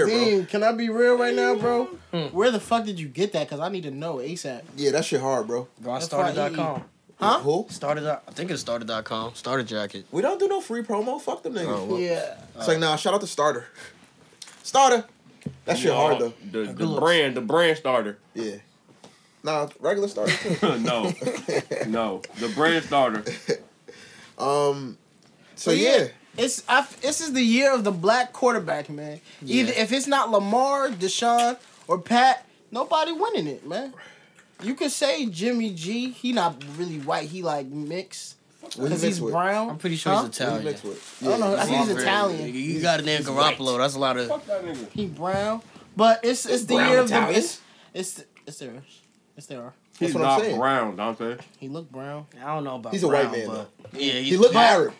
bro. Dean, can I be real right now, bro? Hmm. Where the fuck did you get that? Cause I need to know ASAP. Yeah, that shit hard, bro. Bro, I started.com. Huh? Who? Started. dot- I think it's started.com. Starter jacket. We don't do no free promo. Fuck them niggas. Oh, well. Yeah. It's like, nah, shout out to Starter. Starter. That shit hard, though. The, the brand, the brand starter. Yeah. Nah, regular Starter, too. no, no, the brand starter. Um, So, so, Oh, yeah. yeah. It's I, f- this is the year of the black quarterback, man. Either if it's not Lamar, Deshaun, or Pat, nobody winning it, man. You could say Jimmy G. He not really white. He like mixed What because he mixed he's with? brown. I'm pretty sure Huh? he's What he Italian. mixed with? I don't know. I he's think he's brown. Italian. Nigga, You got a name Garoppolo. That's a lot of. Fuck that nigga. He brown, but it's it's the Brown year of the Italian? it's it's it's there, it's there. He's what I'm not saying. brown, Dante. He look brown. I don't know about. He's a Brown, white man, but Yeah, he's, He looked yeah, Arab.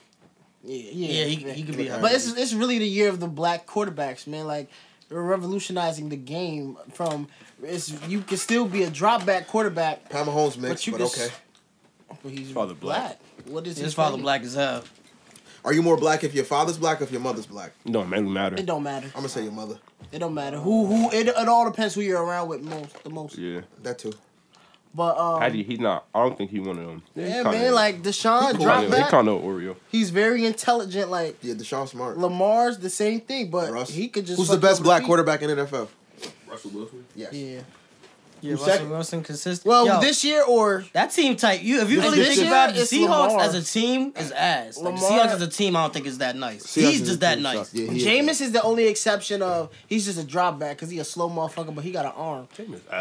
Yeah, Yeah, yeah. he, he could be. But but it's it's really the year of the black quarterbacks, man. Like they're revolutionizing the game from it's you can still be a drop back quarterback, Pat Mahomes But mixed, you but, can okay. s- but he's Father black. What is his father rating? black as hell. Are you more black if your father's black or if your mother's black? No, man, don't matter. It don't matter. I'm gonna say your mother. It don't matter who who. It, it all depends who you're around with most the most. Yeah, That too. But um, Patty, he's not. I don't think he one of them. yeah, man, like Deshaun he drop back. kind of Oreo. He's very intelligent. Like Yeah, Deshaun Smart. Lamar's the same thing, but Russ. he could just. Who's the fuck you best with black feet. quarterback in NFL? Russell Wilson. Yes. Yeah. Yeah, Who's Russell second? Wilson consistent. Well, Yo, this year or that team type. You if you This- really this think year, about it, the it's Seahawks Lamar. as a team is ass. Like, the Lamar- Seahawks as a team, I don't think is that nice. Seahawks he's is a just that team nice. sucks. Yeah, he is. Jameis is the only exception of he's just a drop back because he a slow motherfucker, but he got an arm.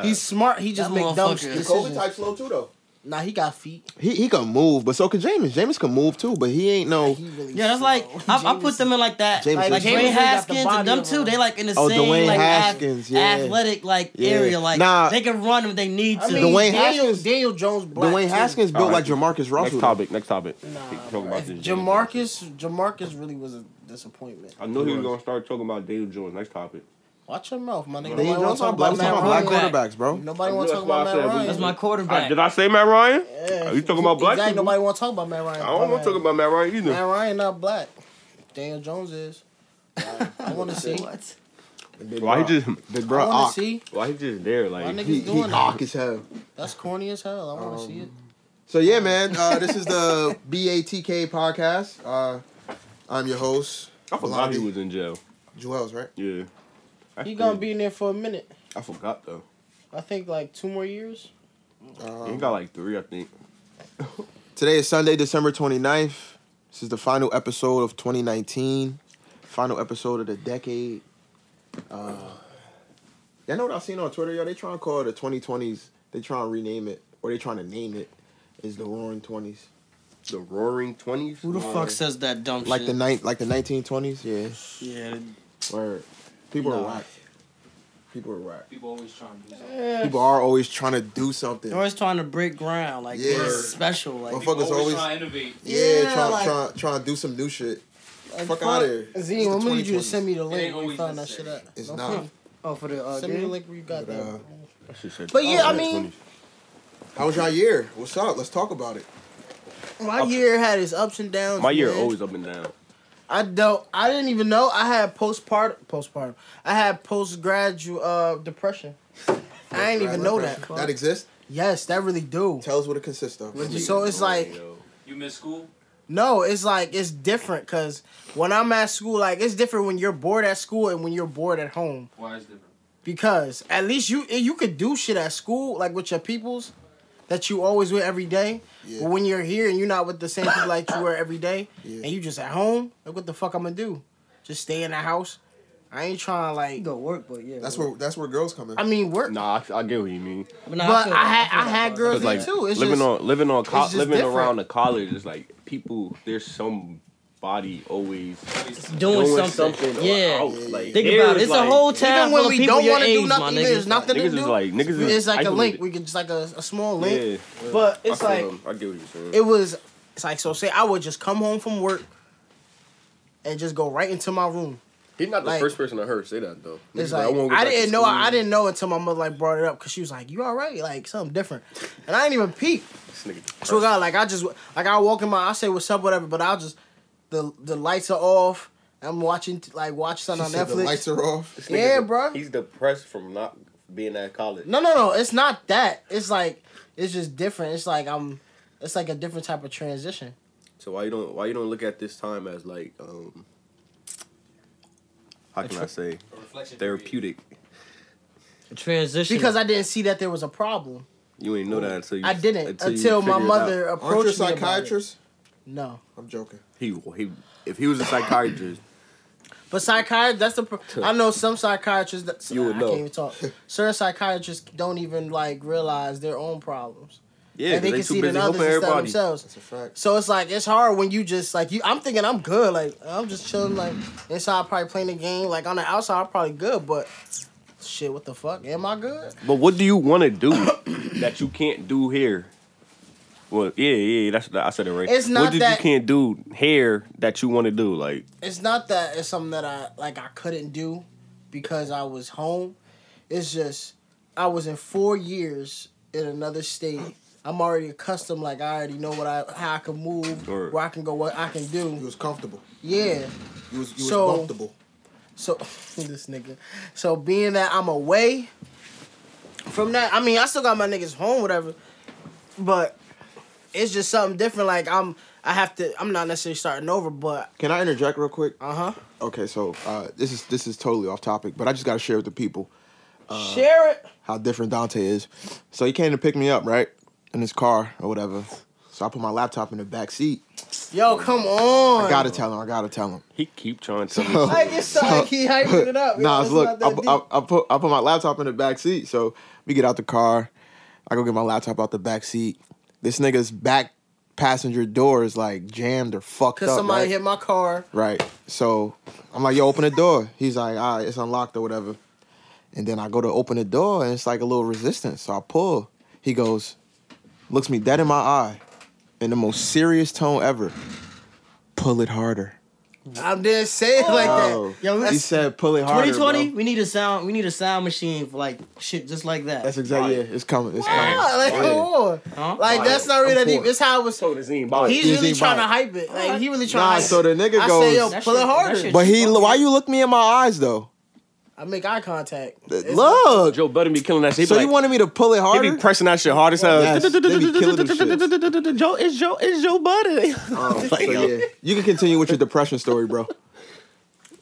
He's smart. He just That make dumb motherfucker- shit Jacoby decisions. slow too though. Nah, he got feet. He he can move, but so can Jameis. Jameis can move too, but he ain't no. He really Yeah, that's slow. like I, I Jameis put them in like that. James like like Winston. Dwayne James Winston got the Haskins and body them of too. a- They like in the Oh, same Dwayne like ath- Haskins, yeah. athletic like Yeah. area. Like Nah. they can run if they need to. I mean, Dwayne Daniel, Haskins- Daniel Jones. Black Dwayne too. Haskins built like Alright. Jamarcus Next Russell. topic. Next topic. Nah, Keep bro. talking about If this James Jamarcus, Jones. Jamarcus really was a disappointment. I knew he was gonna start talking about Daniel Jones. Next topic. Watch your mouth, my nigga. Then you Nobody don't want to talk talk black, about we Matt talking about black Ryan. quarterbacks, bro. Nobody I want knew to talk that's about why I Matt said we- Ryan. That's my I, quarterback. did I say Matt Ryan? Yeah. Are you talking about black Exactly. people? Nobody want to talk about Matt Ryan. I don't want to talk about Matt Ryan either. Matt Ryan not black. Daniel Jones is. I want to see. What? Why he just? Big I bro, want Ock. to see. Why he just there? Like My niggas He, he doing Ock that. as hell. That's corny as hell. I want to Um, see it. So yeah, man. Uh, this is the BATK podcast. Uh, I'm your host. I forgot he Blondie. was in jail. Joel's right. Yeah. That's He gonna crazy. be in there for a minute. I forgot though. I think like two more years. he Um, got like three, I think. Today is Sunday, December 29th. This is the final episode of 2019. Final episode of the decade. Uh, y'all know what I've seen on Twitter, y'all? They trying to call it the 2020s. They trying to rename it, or they trying to name it. Is the Roaring Twenties, The Roaring Twenties. Who the fuck says that dumb like the shit? night, like the 1920s? Yeah, yeah, where people No. are whack. People are whack. People always trying to do something. People are always trying to do something. they're always trying to break ground. Like Yeah. they're special. Like Motherfuckers People always- trying to innovate. Yeah, Yeah, trying, like- trying, trying to do some new shit. Like, Fuck outta here. It's Z, I'm the gonna need you to 2020s. send me the It link. ain't where You always found the that shit same. up. It's No not. kidding. oh for the uh, Send me the game? link where you got But, uh, that. But yeah, I mean- How was y'all year? What's up? Let's talk about it. My year had its ups and downs. my year man. always up and down. I don't. I didn't even know I had postpartum. Postpartum. I had postgraduate uh, depression. I didn't even know that. That exists. Yes, that really do. Tell us what it consists of. So it's like You miss school? no, it's like it's different because when I'm at school, like it's different when you're bored at school and when you're bored at home. Why is different? Because at least you eh, you could do shit at school, like with your peoples that you always with every day. Yeah. But when you're here and you're not with the same people like you were every day, Yeah. and you just at home, like what the fuck I'm gonna do? Just stay in the house. I ain't trying to You like. go work, but yeah. That's work. where that's where girls come in. I mean, work. Nah, I, I get what you mean. But, nah, but feel I that. had- feel I that had about girls it. Cause like too, it's living just- on living on co- it's just living different. around the college is like people. There's somebody always doing, doing something. something or Yeah. out, Think like, there's about it. It's like- a whole Even town Even full when of we people don't your want to age, do my nothing, nigga. there's nothing niggas to is do. like niggas is it's like a link. isolated. We can just like a, a small Yeah, link, but I it's feel like them. I get what you're saying. it was. It's like so. Say I would just come home from work and just go right into my room. He's not the like- first person I heard say that though. It's Niggas I like won't go I back to didn't know. I, school. I didn't know until my mother like brought it up because she was like, "You all right? Like something different," and I didn't even peep. This nigga So God, like I just like I walk in my, I say what's up, whatever, but I'll just the the lights are off. I'm watching like watch She something on said The Netflix. lights are off. This Yeah, nigga's- bro. He's depressed from not being at college. No, no, no. It's not that. It's like it's just different. It's like I'm. It's like a different type of transition. So why you don't why you don't look at this time as like um how can I say A reflection period. therapeutic? Transition. Because I didn't see that there was a problem. You ain't know that until you, I didn't until, you my figure it out. mother uh, Aren't you a approached me. Psychiatrist? psychiatrist? No, I'm joking. He he if he was a psychiatrist, but psychiatrist. That's the. Pro- I know some psychiatrists. That, You would I know. can't even talk. Certain psychiatrists don't even like realize their own problems. yeah, and they, they, can too see it in busy others helping instead of everybody. themselves. That's a fact. So it's like it's hard when you just like you. I'm thinking I'm good. Like I'm just chilling. Like inside, probably playing the game. Like on the outside, I'm probably good. But shit, what the fuck? Am I good? But what do you want to do that you can't do here? Well, yeah, yeah, that's I said it right. It's not what did that- you can't do here that you want to do? Like It's not that it's something that I like. I couldn't do because I was home. It's just I was in four years in another state. I'm already accustomed. Like I already know what I how I can move, Word. where I can go, what I can You do. was comfortable. Yeah. You was you was So- comfortable. So this nigga. So being that I'm away from that, I mean I still got my niggas home, whatever. But it's just something different. Like I'm I have to I'm not necessarily starting over, but Can I interject real quick? uh huh. Okay, so uh, this is this is totally off topic, but I just gotta share with the people Share it. how different Dante is. So he came to pick me up, right, in his car or whatever. So I put my laptop in the back seat. Yo, come on. I gotta tell him. I gotta tell him. he keep trying to. So- Like it's like he hyping it up. Nah, Yo, it's look, I, not that I, I put I put my laptop in the back seat. So we get out the car. I go get my laptop out the back seat. This nigga's back passenger door is like jammed or fucked Cause up. somebody right? hit my car. Right. So I'm like, yo, open the door. He's like, all right, it's unlocked or whatever. And then I go to open the door and it's like a little resistance. So I pull. He goes, looks me dead in my eye in the most serious tone ever. Pull it harder. I didn't say it like that. Oh, Yo, he that's- said, pull it harder. 2020, 2020? we need a sound. We need a sound machine for like shit just like that. That's exactly it. It's coming. It's coming. Yeah, Oh, like, come Yeah. Huh? on. Like that's not really I'm that for deep. it. It's how it was. So does he ain't buying He's it. Is really he trying to buying hype it. Like he really Nah, trying. to so the nigga I goes. say, yo, That pull shit- it that harder. shit- but he, why you look me in my eyes though? I make eye contact. It's- Look. Joe Budden be killing that shit. So you wanted me to pull it He harder? be pressing that shit hard as hell. Yes, they be killing them Joe, it's Joe, it's Joe Budden. Oh, so yeah. You can continue with your depression story, bro.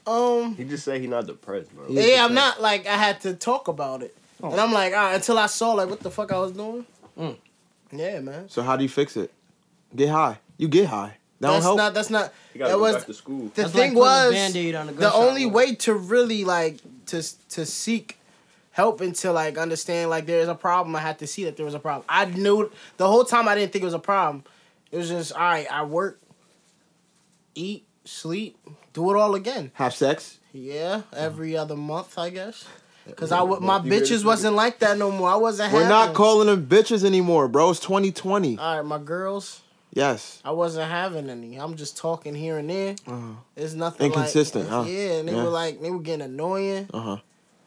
Um. He just say he not depressed, bro. Yeah. Yeah, I'm not like I had to talk about it, and I'm like, all right, until I saw like what the fuck I was doing. Oh. Mm. Yeah, man. So how do you fix it? Get high. You get high. That that's don't help. not. That's not. He gotta That go was back to school. the That's like thing putting a was Band-Aid on a the gunshot only wound. way to really like to to seek help and to like understand like there is a problem. I had to see that there was a problem. I knew the whole time I didn't think it was a problem. It was just all right. I work, eat, sleep, do it all again. Have sex. Yeah, every other month, I guess. Cause I wa- month. my You ready bitches to- wasn't like that no more. I wasn't. We're having not calling them bitches anymore, bro. It's 2020. All right, my girls. Yes. I wasn't having any. I'm just talking here and there. Uh-huh. It's nothing like- Inconsistent, huh? Yeah, and they Yeah. were like, they were getting annoying. Uh-huh.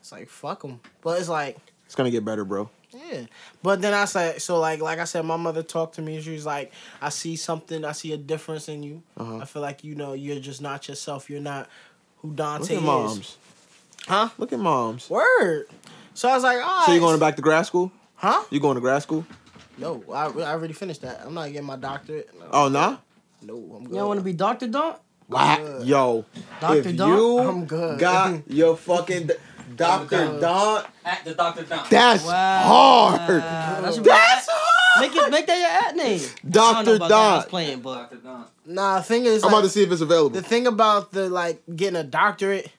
It's like fuck them, but it's like It's gonna get better, bro. yeah. But then I said, so like like I said, my mother talked to me. She was like, I see something. I see a difference in you. Uh-huh. I feel like you know you're just not yourself. You're not who Look Dante at is. moms. Huh? Look at moms. Word. So I was like, all right. So you going back to grad school? Huh? You going to grad school? No, I, I already finished that. I'm not getting my doctorate. No, Oh nah. no I'm good. You don't want to be Doctor Don't? Wow. Yo. Dr. If Don? you I'm good. got your fucking d- Doctor good. Don, At the Dr. Don. that's Wow. hard. That's, That's hard. Make it make that your ad name. I don't know Doctor about that. I was Don. playing, but Dr. Don. nah, the thing is, I'm about like, to see if it's available. the thing about the like getting a doctorate,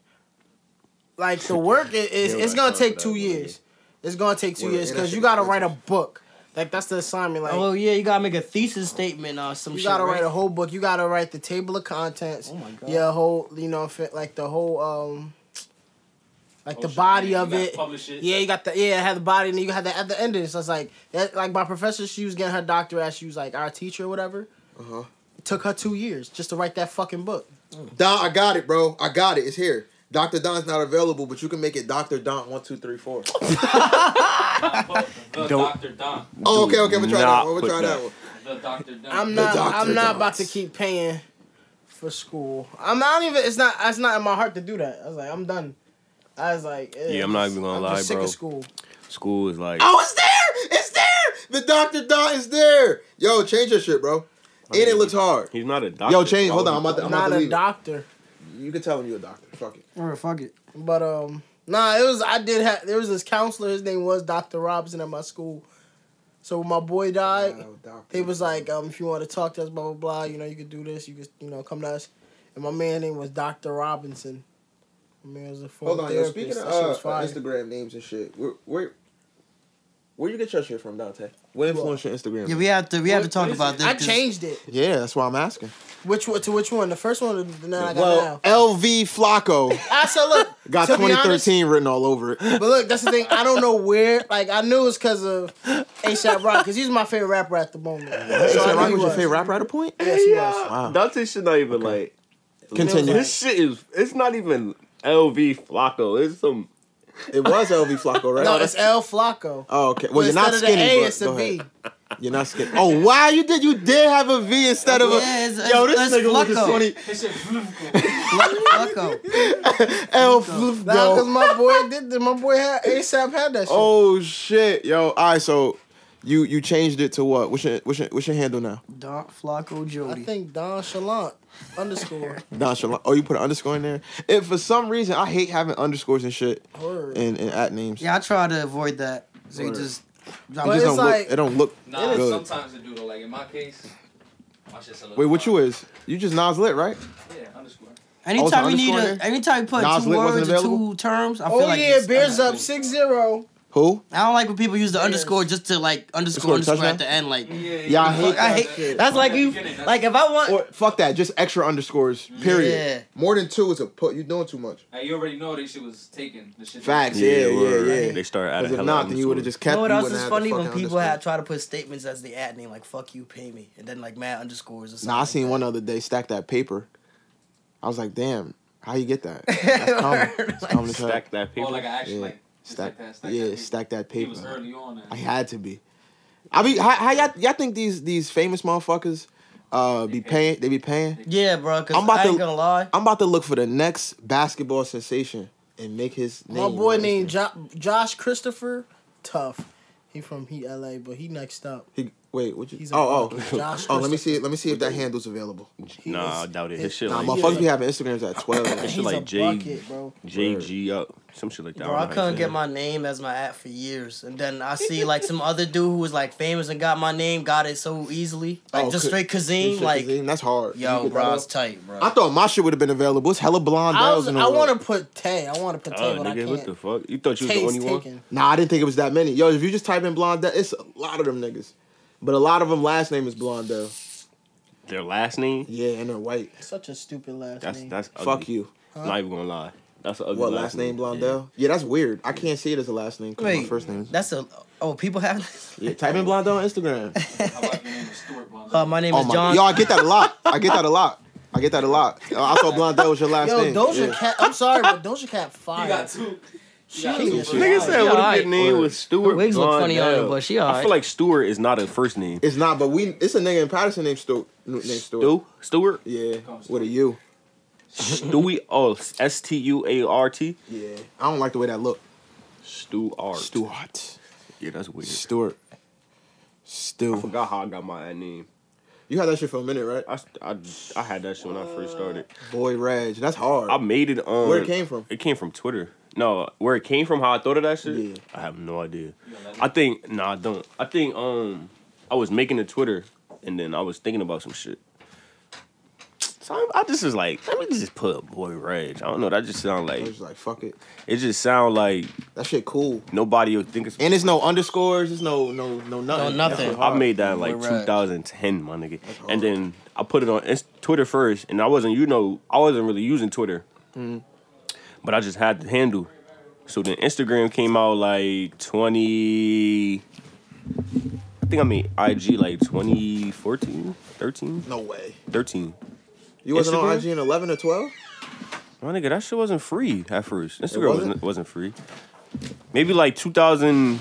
like the work i- is Yeah, it's right, gonna uh, time take for two that, years. It's gonna take two Word, years and that because you shit gotta write a expensive. book. Like that's the assignment. Like oh yeah, you gotta make a thesis statement or some you shit. gotta right? write a whole book. You gotta write the table of contents. Oh my God. Yeah, whole you know fit- like the whole um, like Oh, the shit, body you of gotta it. Publish it. Yeah, you got the yeah, it had the body, and then you had the at the ending. So it's like that, like my professor, she was getting her doctorate. She was like our teacher or whatever. Uh-huh. It took her two years just to write that fucking book. Don, I got it, bro. I got it. It's here. Dr. Don's not available, but you can make it Dr. Don 1234. The Don't- Dr. Don. Oh, okay, okay. I'm gonna try Nah, that one. I'm gonna put try that. that one. The Dr. Don. I'm The not. doctor I'm not dogs. about to keep paying for school. I'm not even. It's not. It's not in my heart to do that. I was like, I'm done. I was like, eh, Yeah, I'm not even gonna I'm lie, just sick bro. of school. School is like Oh, it's there! It's there! The Dr. Dot is there! Yo, change your shit, bro. And it looks hard. he's not a doctor. Yo, change. Why Hold would on. I'm he- about to, I'm about not to a leave. doctor, you can tell him you're a doctor. Fuck it. Alright, fuck it. but um, nah. It was. I did have. There was this counselor. His name was Doctor Robinson at my school. So when my boy died, Yo, doctor. they was like, um, if you want to talk to us, blah blah blah. You know, you could do this. You could, you know, come to us. And my man name was Doctor Robinson. My man was a former Hold on, yo. therapist. Speaking of That shit uh, was fire. Instagram names and shit, where, where where you get your shit from, Dante? What influenced your Instagram? Yeah, we have to we have to talk about this. I 'cause changed it. Yeah, that's why I'm asking. Which one? To which one? The first one or the now I got Well, now? LV Flacco I said, look, got to be honest- 2013 written all over it. but look, that's the thing. I don't know where. Like, I knew it was because of ASAP Rock, because he's my favorite rapper at the moment. So I So knew Rock he was your was. favorite rapper at a point? Yes, he was. Wow. Dante should not even like Continue. This shit is it's not even LV Flacco. It's some It was LV Flacco, right? No, it's El Flacco. Oh, okay. Oh, Well, But you're not instead of skinny. the A, but it's the go ahead. V. You're not skinny. Oh, wow. You did. You did have a V instead of a. Yeah, it's- Yo, it's- this it's nigga look Flacco. funny. This shit fluke. Fuck up. L Nah, because Flacco. my boy did. that. My boy had ASAP had that shit. Oh shit, yo. All right, so you you changed it to what? What's your what's your, what's your handle now? Don Flacco I Jody. think Don Chalant underscore. Nonchalant. Oh, you put an underscore in there. If for some reason I hate having underscores and shit Word. and, and at names. Yeah, I try to avoid that. So you Word. just It drop But just it's don't look. like- it don't look Nah, good. sometimes it do though. Like in my case, my shit's a little. Wait, what you wild. is? You just Nas lit, right? Yeah, underscore. Also anytime you need underscore in a there? anytime you put Nas two Lit wasn't words or available? two terms, I feel Oh like yeah, it's- beers up six zero. Who? I don't like when people use the Bears. underscore just to like Score underscore a underscore touchdown? at the end. Like Yeah, I hate fuck, I hate that's like you like if I want Or fuck that. Just extra underscores. Period. Yeah. More than two is a put. You're doing too much. Hey, you already know that shit was taken. The shit Facts. Yeah, yeah, word. yeah. They start out Because of if hell. not, then you would have just You kept. know what else wouldn't is have the funny when fucking people have underscore. try to put statements as the ad name, like "fuck you, pay me," and then like mad underscores or something. Nah, I seen one like the other day stack that paper. I was like, damn, how you get that? that. That's common. It's Like, common as hell. stack that paper. Oh, like I actually Yeah. like just Stack, like that, yeah, that stack that He paper. was early on. and- I had to be. I mean, how, how y'all, y'all think these these famous motherfuckers uh be paying? They be paying. yeah, bro. Cause I'm about I ain't to- gonna lie. I'm about to look for the next basketball sensation and make his name. My boy on named Instagram. jo- Josh Christopher, tough. He from Heat LA, but he next up. He, wait, what you? He's a- Oh, oh, Josh oh. Let me see. Let me see if that handle's available. Nah, I doubt it. His shit Nah, like motherfuckers be having Instagrams at twelve. shit He's like a Jay- bucket, bro. JG up. Some shit like that. Bro, I couldn't get my name as my ad for years, and then I see like some other dude who was like famous and got my name, got it so easily, like Oh, just Ka- straight This Kazim, shit like is in. that's hard. You yo, get bro, that it's up. tight, bro. I thought my shit would have been available. It's hella blonde I, bells was, in the I room. want to put Tay. I want to put Tay, Oh, but I nigga, what can't. the fuck? You thought you was the Tay's only one? taken. Nah, I didn't think it was that many. Yo, if you just type in Blondell, it's a lot of them niggas. But a lot of them last name is Blondell. Their last name? Yeah, and they're white. Such a stupid last That's name. that's ugly. Fuck you. Not even gonna lie. That's an ugly What last name Yeah. Blondell? Yeah, that's weird. I can't see it as a last name because my Wait, first name. is- that's a oh people have this. Yeah, type in Blondell on Instagram. How about your name was Stuart Bond? Uh, my name Oh is my, John. yo, I get that a lot. I get that a lot. I get that a lot. Yo, I thought Blondell was your last Yo, name. Doja Yeah. Cat. I'm sorry, but Doja Cat You fire. got two. She got is two. fire. Nigga said, Yeah, what if alright. your name Word. was Stuart Wigs look funny on her, Blondell? but she I alright. feel like Stewart is not a first name. It's not, but we. It's a nigga in Patterson named Stu. Named Stu. Stu? Stewart? Yeah, with a U. Stewie? Oh, S T U A R T? Yeah, I don't like the way that look. Stewart. Stuart. Yeah, that's weird. Stuart. I Stu. forgot how I got my name. You had that shit for a minute, right? I, I, I had that shit when I first started. Boy Reg, that's hard. I made it on. Uh, Where it came from? It came from Twitter. No, where it came from, how I thought of that shit. Yeah. I have no idea. You got I that. think no, I don't. I think um, I was making a Twitter, and then I was thinking about some shit. So I, I just was like, let me just put Boy Reg. I don't know. That just sound I like was just like, fuck it. it just sound like That shit cool. nobody would think it's. And there's no underscores. There's no no no nothing. No nothing. That's what I hard. made that in Boy like Reg. 2010, my nigga, hard. and then I put it on Inst- Twitter first, and I wasn't, you know, I wasn't really using Twitter, Mm-hmm. but I just had the handle. So then Instagram came out like 20. I think I made IG like 2014, 13, No way. 13. You wasn't on Instagram? IG in eleven or twelve. My nigga, that shit wasn't free at first. Instagram wasn't? wasn't wasn't free. Maybe like 2000.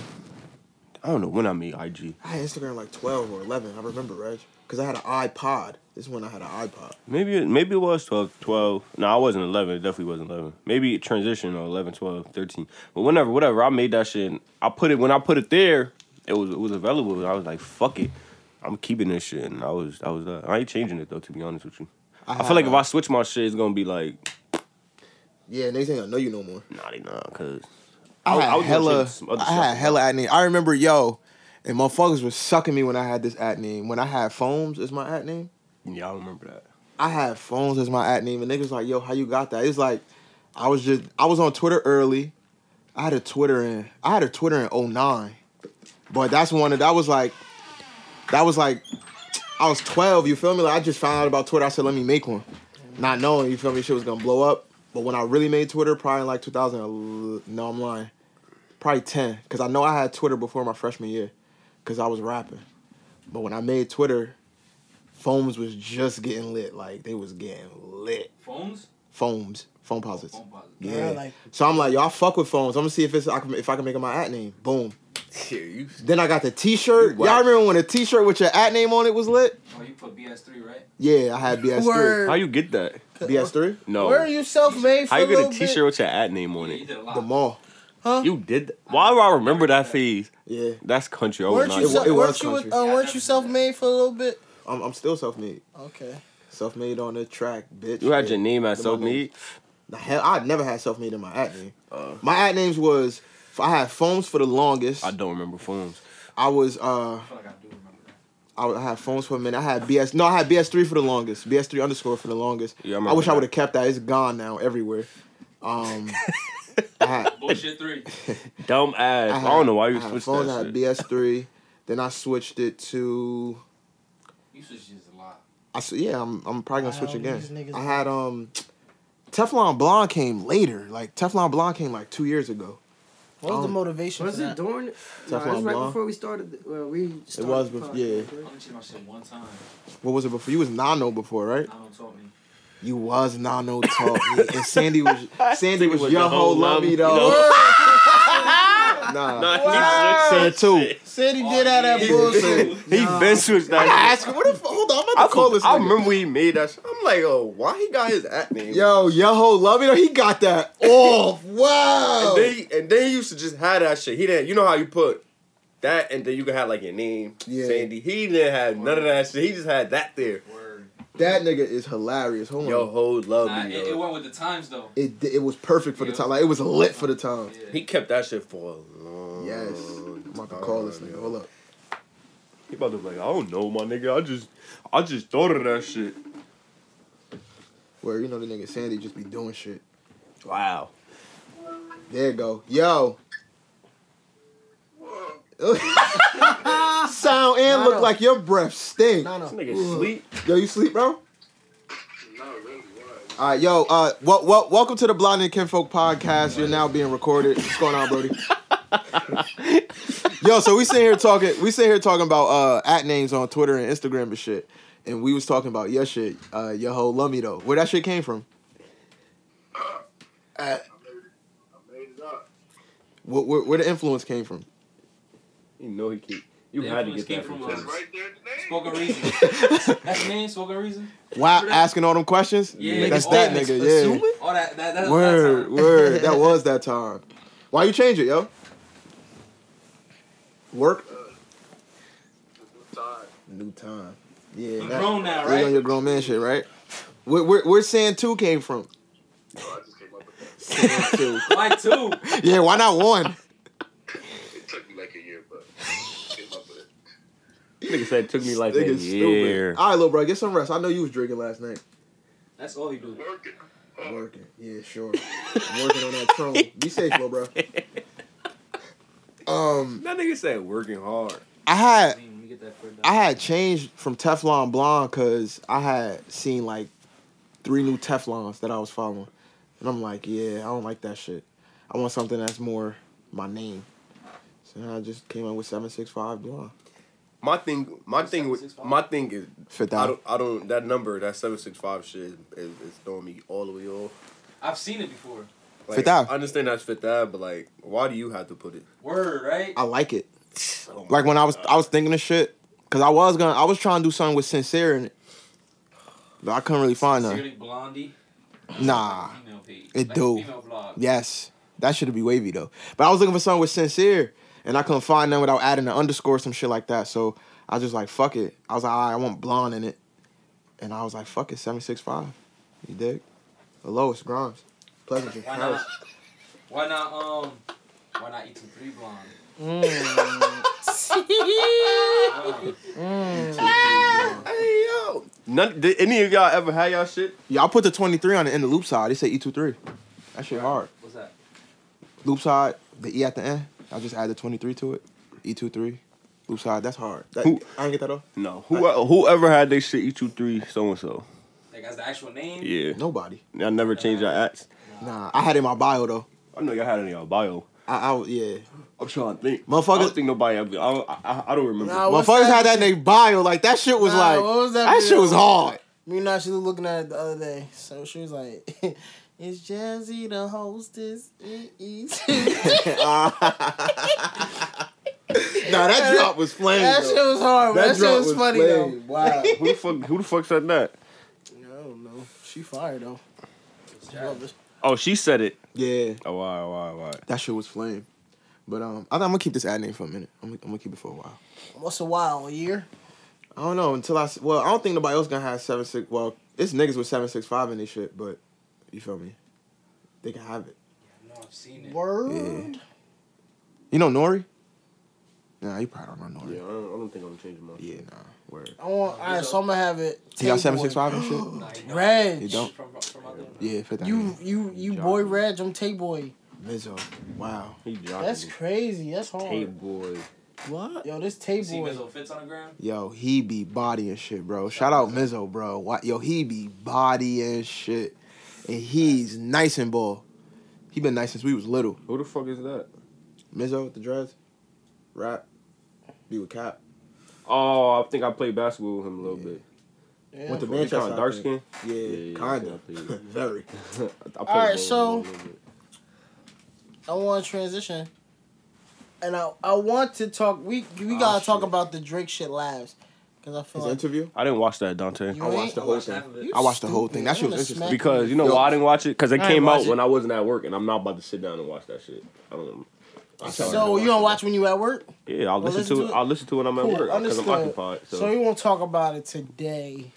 I don't know when I made IG. I had Instagram like twelve or eleven. I remember, Reg. because I had an iPod. This is when I had an iPod. Maybe it, maybe it was 12, 12. No, I wasn't 11. It definitely wasn't 11. Maybe it transitioned or 11, 12, 13. But whenever, whatever, I made that shit. And I put it, when I put it there, it was it was available. And I was like, fuck it. I'm keeping this shit. And I was, I was that. I ain't changing it, though, to be honest with you. I, had feel like a- if I switch my shit, it's going to be like, yeah, next thing I know you no more. nah, they not, because. I, was- had I was gonna hella, change some other I stuff. had hella at name. I remember, yo, and motherfuckers was sucking me when I had this at name. When I had phones as my at name, Yeah, I remember that. I had phones as my at name, and niggas like, yo, how you got that? It's like, I was just, I was on Twitter early. I had a Twitter in, I had a Twitter in 09. but that's one of, that was like, that was like, I was 12, you feel me? Like, I just found out about Twitter. I said, let me make one. Not knowing, you feel me, shit was gonna blow up. But when I really made Twitter, probably in like 2000, no, I'm lying. Probably 10, because I know I had Twitter before my freshman year, because I was rapping. But when I made Twitter, phones was just getting lit. Like, they was getting lit. Phones? Phones, phone posits. Phone positive. Yeah. like- so I'm like, y'all fuck with phones. I'm gonna see if it's I can, if I can make it my at name. Boom. Then I got the T-shirt. You whack. Y'all remember when a T-shirt with your at name on it was lit? Oh, you put BS3, right? Yeah, I had BS3. Word. How you get that? BS3? No. Were you self made for How you a get little a bit? t shirt with your ad name on Yeah, you it? did a lot. The mall. You did that. Why do I remember that phase? Yeah. That's country. I was Weren't not. you, It wa- self it was weren't you, with- country. uh, Yeah, I weren't you never- self made for a little bit? I'm, I'm still self-made. Okay. Self-made on the track, bitch. you had Yeah. your name at The Self mall Meat? The hell, I never had self-made in my at name. my at names was I had phones for the longest. Uh. I I, don't remember phones. was uh I feel like I do remember that. I, I had phones for a minute. I had BS no, I had BS3 for the longest. BS3 underscore for the longest. Yeah, I I, remember wish I that. would have kept that. It's gone now everywhere. Um I had Bullshit 3. Dumb ass. I, don't know why you I had switched phones, I that had shit. BS3. Then I switched it to You switched shit a lot. I s- yeah, I'm I'm probably gonna I switch don't again. use niggas I had um Teflon Blonde came later. Like Teflon Blonde came like two years ago. What was the Um, motivation? Was for it that? during? No, Tough it was Line right Blonde. before we started. The, well, we started was the bef- podcast, I right? only changed my shit one time. What was it before? You was Nano before, right? I don't talk me. You was Nano talk me, and Sandy was Sandy was, was your the whole whole love me love- though. nah, Nah, he said two. Sandy Oh, did have yeah. that bullshit. He been switched I that. asked him, what the f- hold on, I'm I, about to call this. I nigga. remember when he made that. Shit. I'm like, oh, why he got his at name? Yo, your whole love me though. He got that off. Wow. And then, he, and then he used to just have that shit. He didn't. You know how you put that, and then you can have like your name, Yeah. Sandy. He didn't have none of that shit. He just had that there. Word. that nigga is hilarious. Hold on. Yo, whole love Nah, me. it, yo. it went with the times though. It it was perfect for the time. Like it was lit for the time. Yeah. he kept that shit for a long. Yes. I'm about to call this time, nigga. yo. Hold up. He about to be like, I don't know, my nigga. I just, I just thought of that shit. Where you know the nigga Sandy just be doing shit. Wow. There you go. Yo. Sound and Nah, look no. like your breath stink. No, no. This nigga sleep. Yo, you sleep, bro? All right, yo. Uh, well, well, welcome to the Blonde and Kinfolk podcast. You're now being recorded. What's going on, Brody? yo, so we sitting here talking. We sitting here talking about uh at names on Twitter and Instagram and shit. And we was talking about your shit. Uh, your whole love me though. Where that shit came from? At, where, where, where the influence came from? You know he keep. You The had to influence get that. came From uh, from Chelsea. us. Spoken reason. That's me. Spoken reason. Why asking all them questions? Yeah. that's Niggas that always nigga. assuming? Yeah. All Oh, that. that, Oh, that Word, That's word. That was that time. Why you change it, yo? Work. New time. Yeah. I'm that- grown now, you on right? your grown man shit, right? Where where, where Sand Two came from? Sand Two. Why two? Yeah. Why not one? It took me like a year, but came up with it. Nigga said it took me like a Nigga, year. All right, little bro, get some rest. I know you was drinking last night. That's all he do. Working. Working. Yeah, sure. Working on that throne. Be safe, little bro. Um, That nigga said working hard. I had I mean, when you get that figured out. I had changed from Teflon Blonde because I had seen like three new Teflons that I was following. And I'm like, yeah, I don't like that shit. I want something that's more my name. So then I just came up with 765 Blonde. My thing, my What's thing, that, with, 6'5"? my thing is, Fit I that. don't, I don't. That number, that seven six five shit, is, is, is throwing me all the way off. I've seen it before. Like, Fifth hour. I understand that's fifth hour, but like, why do you have to put it? Word, right? oh I like it. Like when I was I was thinking of shit Cause I was gonna, I was trying to do something with sincere in it, but I couldn't really find her. Sincerely Blondie. Nah, Female page. It like do. a Female blog. yes, that should be wavy though. But I was looking for something with sincere, and I couldn't find none without adding an underscore or some shit like that. So I was just like, fuck it. I was like, All right, I want blonde in it, and I was like, fuck it, seven six five. You dig? The lowest Grimes, Pleasantry, Why not? Harris. Why not? Um. Why not eat some three blonde? Mm. Uh, Hey yo, None, did any of y'all ever had y'all shit? Yeah, I put the twenty three on the end of loop side. They say E two three. That shit hard. what's that? Loop side, the E at the end. I just add the 23 to it. E23. Loop side, that's hard. That- Who- I didn't get that off. No. Who whoever had they shit E two three so and so. Like that's the actual name. Yeah. Uh, Nobody. Y'all never changed your acts. Nah, I had it in my bio though. I know y'all had it in y'all bio. I, I was- yeah. I'm trying to think. Motherfuckers- I don't think nobody ever. I don't, I- I, I don't remember. Nah, what's Motherfuckers that? had that in their bio. Like that shit was Nah, like what was that that shit video? was hard. Me and she was looking at it the other day. So she was like, Is Jazzy the hostess? E- E- Nah, that drop was flames. that shit was hard, but that, shit was, funny though. Wow. who the fuck? Who the fuck said that? I don't know. She fired though. Love it. Oh, she said it. yeah. Oh, why, why, why? That shit was flame. But um, I think I'm gonna keep this ad name for a minute. I'm gonna, I'm gonna keep it for a while. What's a while? A year? I don't know until I s- well, I don't think nobody else gonna have seven six. Well, it's niggas with seven six five in this shit, but you feel me? They can have it. No, I've seen it. Word? You know Nori? Nah, you probably don't know Yeah, I Nori. don't, I don't think I'm changing mine. Yeah, nah. Word. I want, all right, so I'm gonna have it. He got Take seven six boy. five and shit. Nah, you don't. Reg. You don't. From, from other. Yeah, fit that. You, you, you boy Reg, I'm Tay Boy. Lizzo. Wow. He dropping That's crazy. That's hard. tape boy. What? Yo, this Tay You see Boy. Mizzo fits on the ground. Yo, he be bodying shit, bro. Shout out Mizzo, bro. Why, yo, he be bodying shit, and he's nice and ball. He been nice since we was little. Who the fuck is that? Mizzo with the dreads, rap, be with Cap. Oh, I think I played basketball with him a little bit. Yeah. Went to What you Manchester. calling I dark think. skin? Yeah, Yeah, yeah, kinda. yeah, I think. Very. I- I played All right, ball with so- him a little bit. I want to transition, and I I want to talk. We we Ah, gotta talk about the Drake shit lives, cause I feel His like interview. I didn't watch that Dante. you ain't- watched the I whole watched thing. half of it. you I watched the whole thing. That shit stupid. was I wanna smack interesting. Because you. you know Yo. why I didn't watch it? Because it I came ain't out watch when it. I wasn't at work, and I'm not about to sit down and watch that shit. I don't. I'm sorry. So you don't watch when you at work. Yeah, I'll Well, listen, to it. I'll listen to it when I'm at Cool, work because I'm understood. occupied. So, So, we won't talk about it today.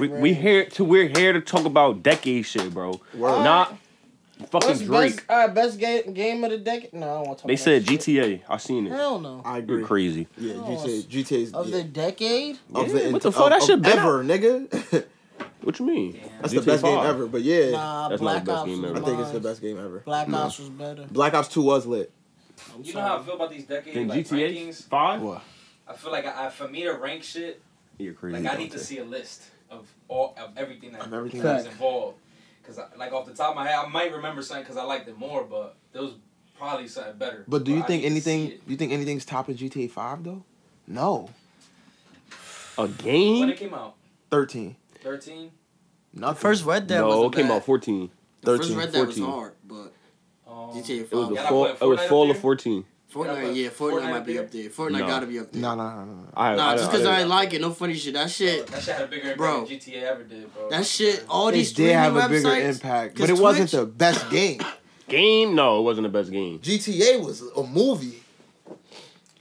we, we here to we're here to talk about decade shit, bro. Not fucking What's Drake. best? All right, best game game of the decade. No, I don't want to talk. They about said that shit. GTA. I seen it. Hell no. I agree. You're crazy. Yeah, No, GTA. GTA's Oh. Of yeah. the decade. of Yeah, the what the fuck? That of- shit of been ever, nigga. What you mean? That's the GTA best game 5. ever. But yeah, Nah, That's Black not the best Ops. game was ever. I think it's the mine. best game ever. Black Ops was better. Black Ops Two was lit. You know how I feel about these decade Then like, GTA rankings. Five. What? I feel like I, I, for me to rank shit, You're crazy. like I need to see a list of all of everything that Of everything that was that- involved. Cause I, like off the top of my head, I might remember something because I liked it more, but there was probably something better. But do you I think need to see anything? it. You think anything's topping GTA Five though? No, a When game. it came out, thirteen. thirteen. Nothing. First Red Dead no, it wasn't came bad. out 14. The first 13, Red Dead was 14. hard, but Um, GTA It was a Yeah, 5. I fall. put It was Fortnite fall up of 14. Fortnite, yeah, Fortnite, Fortnite might be there? up there. Fortnite No. gotta be up there. No, no, no, no, no. I, Nah, I, just I- because I, ain't like it, no funny shit. That shit, That shit had a bigger impact Bro. than GTA ever did, bro. that shit, all It these did streaming have a websites. bigger impact, but it 'cause wasn't Twitch- the best game. game. No, it wasn't the best game. GTA was a movie.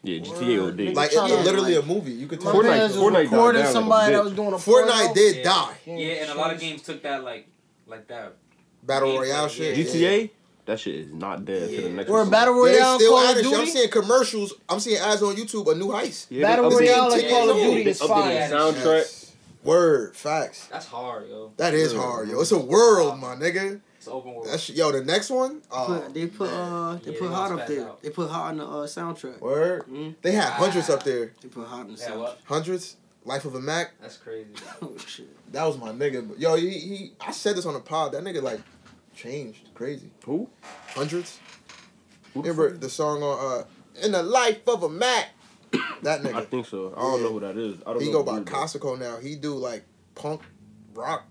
Yeah, GTA was big. Like it, Yeah, was literally like- a movie. You could My tell. Fortnite- man's was Fortnite died recording down like a somebody that bitch. was doing a Fortnite porno. did Yeah. die. Yeah, and a lot of games took that like, like that. Battle Yeah. Royale shit. Yeah. GTA. That shit is not dead to the next. We're one. battle They royale still Call at of it. I'm Duty. seeing commercials. I'm seeing ads on YouTube. A new heist. Yeah, they Battle updated- Royale and Yeah, Call of yeah, Duty they is updated fire. the soundtrack. Word facts. That's hard, yo. That is hard, yo. It's a world, my nigga. It's open world. That shit, yo. The next one. Oh, Put, they put uh they Yeah, put they hot up spat there. out. They put hot on the uh, soundtrack. Word. Mm. They had hundreds up there. They put hot in the yeah, soundtrack. what? Hundreds. Life of a Mac. That's crazy. Oh shit. That was my nigga. But yo, he, he I said this on the pod. That nigga like changed crazy. Who? Hundreds. Who the Remember fuck- the song on uh In the Life of a Mac. That I nigga. think so. I don't know who that is. I don't He know go by who it is. Costco now. He do like punk rock.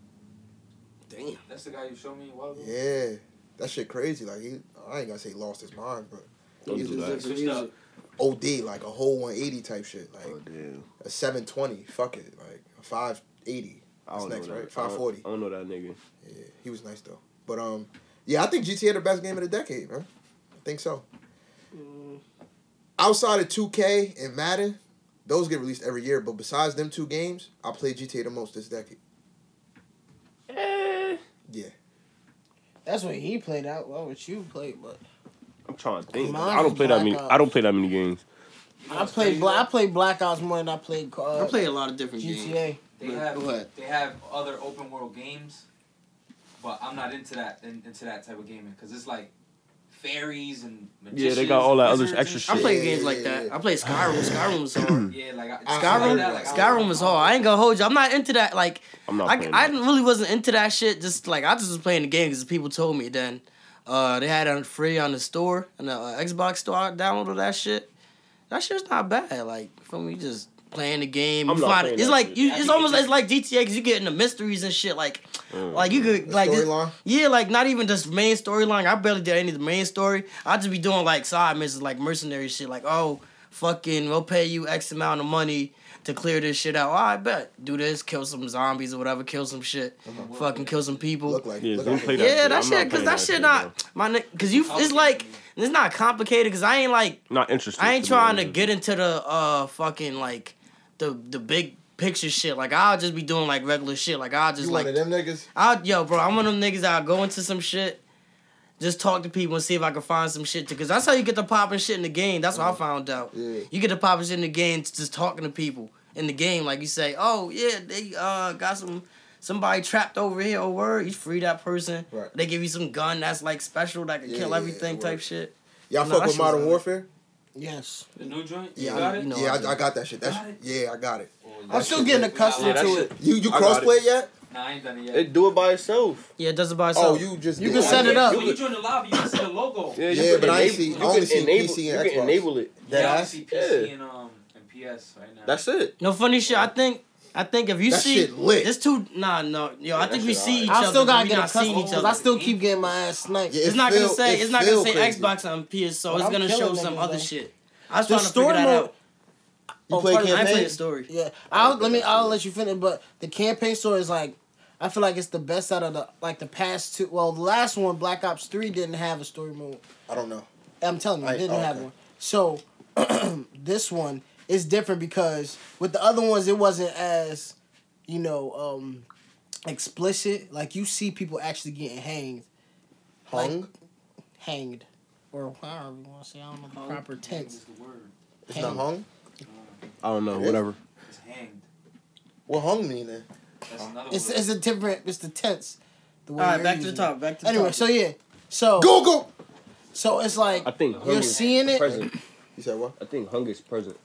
Damn. That's the guy you showed me a while ago. Yeah. That shit crazy. Like he I ain't gonna say he lost his mind, but Don't do Music that. is different music. OD, like a whole 180 type shit. Like Uh, Oh, damn. a 720, fuck it. Like a 580. I That's don't next, know right? that. I don't- 540. I don't know that nigga. Yeah, he was nice though. But um, yeah, I think GTA the best game of the decade, man. I think so. Outside of 2K and Madden, those get released every year. But besides them two games, I played GTA the most this decade. Yeah, That's what he played out. Well, what you played, but I'm trying to think. Mine I is don't play that many. Black I don't play that many games. I played. Bla- I played Blackouts more than I played. Uh, I play a lot of different games. GTA. They But have go ahead. they have other open world games, but I'm not into that in, into that type of gaming because it's like fairies and magicians they got all that and other wizards extra and shit. I play Yeah, games yeah, like yeah, that. yeah. I play Skyrim. Skyrim was hard. Yeah, like I- I- shit like Skyrim- that, like, I Skyrim don't- was hard. I ain't gonna hold you. I'm not into that. Like I'm not I, playing. I that. really wasn't into that shit. Just like I just was playing the game because people told me. Then uh, they had it free on the store and the uh, Xbox store. I downloaded that shit. That shit's not bad. Like from me just playing the game. You I'm not find playing it. It's that like shit. you. I It's think almost it- it's like GTA because you get into mysteries and shit. Like Mm. like you could The like this- storyline? yeah like not even just main storyline. I barely did any of the main story. I just be doing like side missions like mercenary shit. Like oh fucking we'll pay you X amount of money to clear this shit out. Oh, I bet. Do this, kill some zombies or whatever, kill some shit, fucking kill some people. look like yeah, look don't like play that. yeah, shit. that I'm not shit, cause playing that shit not my my, cause you, it's like it's not complicated, cause I ain't like bro. not interested. I ain't be trying to honest. get into the uh fucking like the the big picture shit. Like I'll just be doing like regular shit. Like I'll just You like one of them niggas? I'll yo, bro. I'm one of them niggas. I'll go into some shit, just talk to people and see if I can find some shit. to- Cause that's how you get the popping shit in the game. That's what I found out. Yeah. You get the popping shit in the game t- just talking to people in the game. Like you say, oh yeah, they uh got some somebody trapped over here. Oh word, you free that person. Right. They give you some gun that's like special that can Yeah, kill yeah, everything word. type shit. Y'all No, fuck that with shit was Modern hard. Warfare? Yes, The new joint? You Yeah, got I, it? Oh, No, yeah, I I, I didn't. got that shit. That's Got it? yeah, I got it. I'm still getting accustomed Yeah, that to shit- it. You you I got crossplay yet? Nah, I ain't done it yet. It do it by itself. Yeah, it does it by Oh, itself. you just You did can it. set it up. When you join the lobby, you can see the logo. Yeah, Yeah, but I ain't see- see. I only see PC and You can Xbox. enable it. That That yeah, I ass? see PC Yeah. and um and PS right now. That's it. No funny shit. I think. I think if you That see shit lit. There's two. Nah, no, yo. I that think we shit see alright. each I other. still but gotta we get not seeing accustomed each because other. I still keep getting my ass sniped. Yeah, It's not gonna feel- say. it It's not gonna feel say crazy. Xbox on PS. So But it's I'm gonna killing show niggas, some other though. shit. I was The trying to figure story that mode- out. You Oh, play pardon, I ain't played campaign? the story. Yeah, I'll let me. I'll let you finish. But the campaign story is like, I feel like it's the best out of the like the past two. Well, the last one, Black Ops Three, didn't have a story mode. I don't know. I'm telling you, I- it didn't oh, have okay. one. So this one is different because with the other ones, it wasn't as you know um explicit. Like you see people actually getting hanged, Hung? hanged, or however you want to say. I don't know the proper tense. It's the word. it's not hung. I don't know. It is. Whatever. It's hanged. What hung mean then? That's another It's word. it's a different. It's the tense. The way All right, you're back to the using it. top. Back to the Anyway, top. so yeah, so Google. so it's like I think you're hunger is seeing it. present. You said what? I think hunger is present.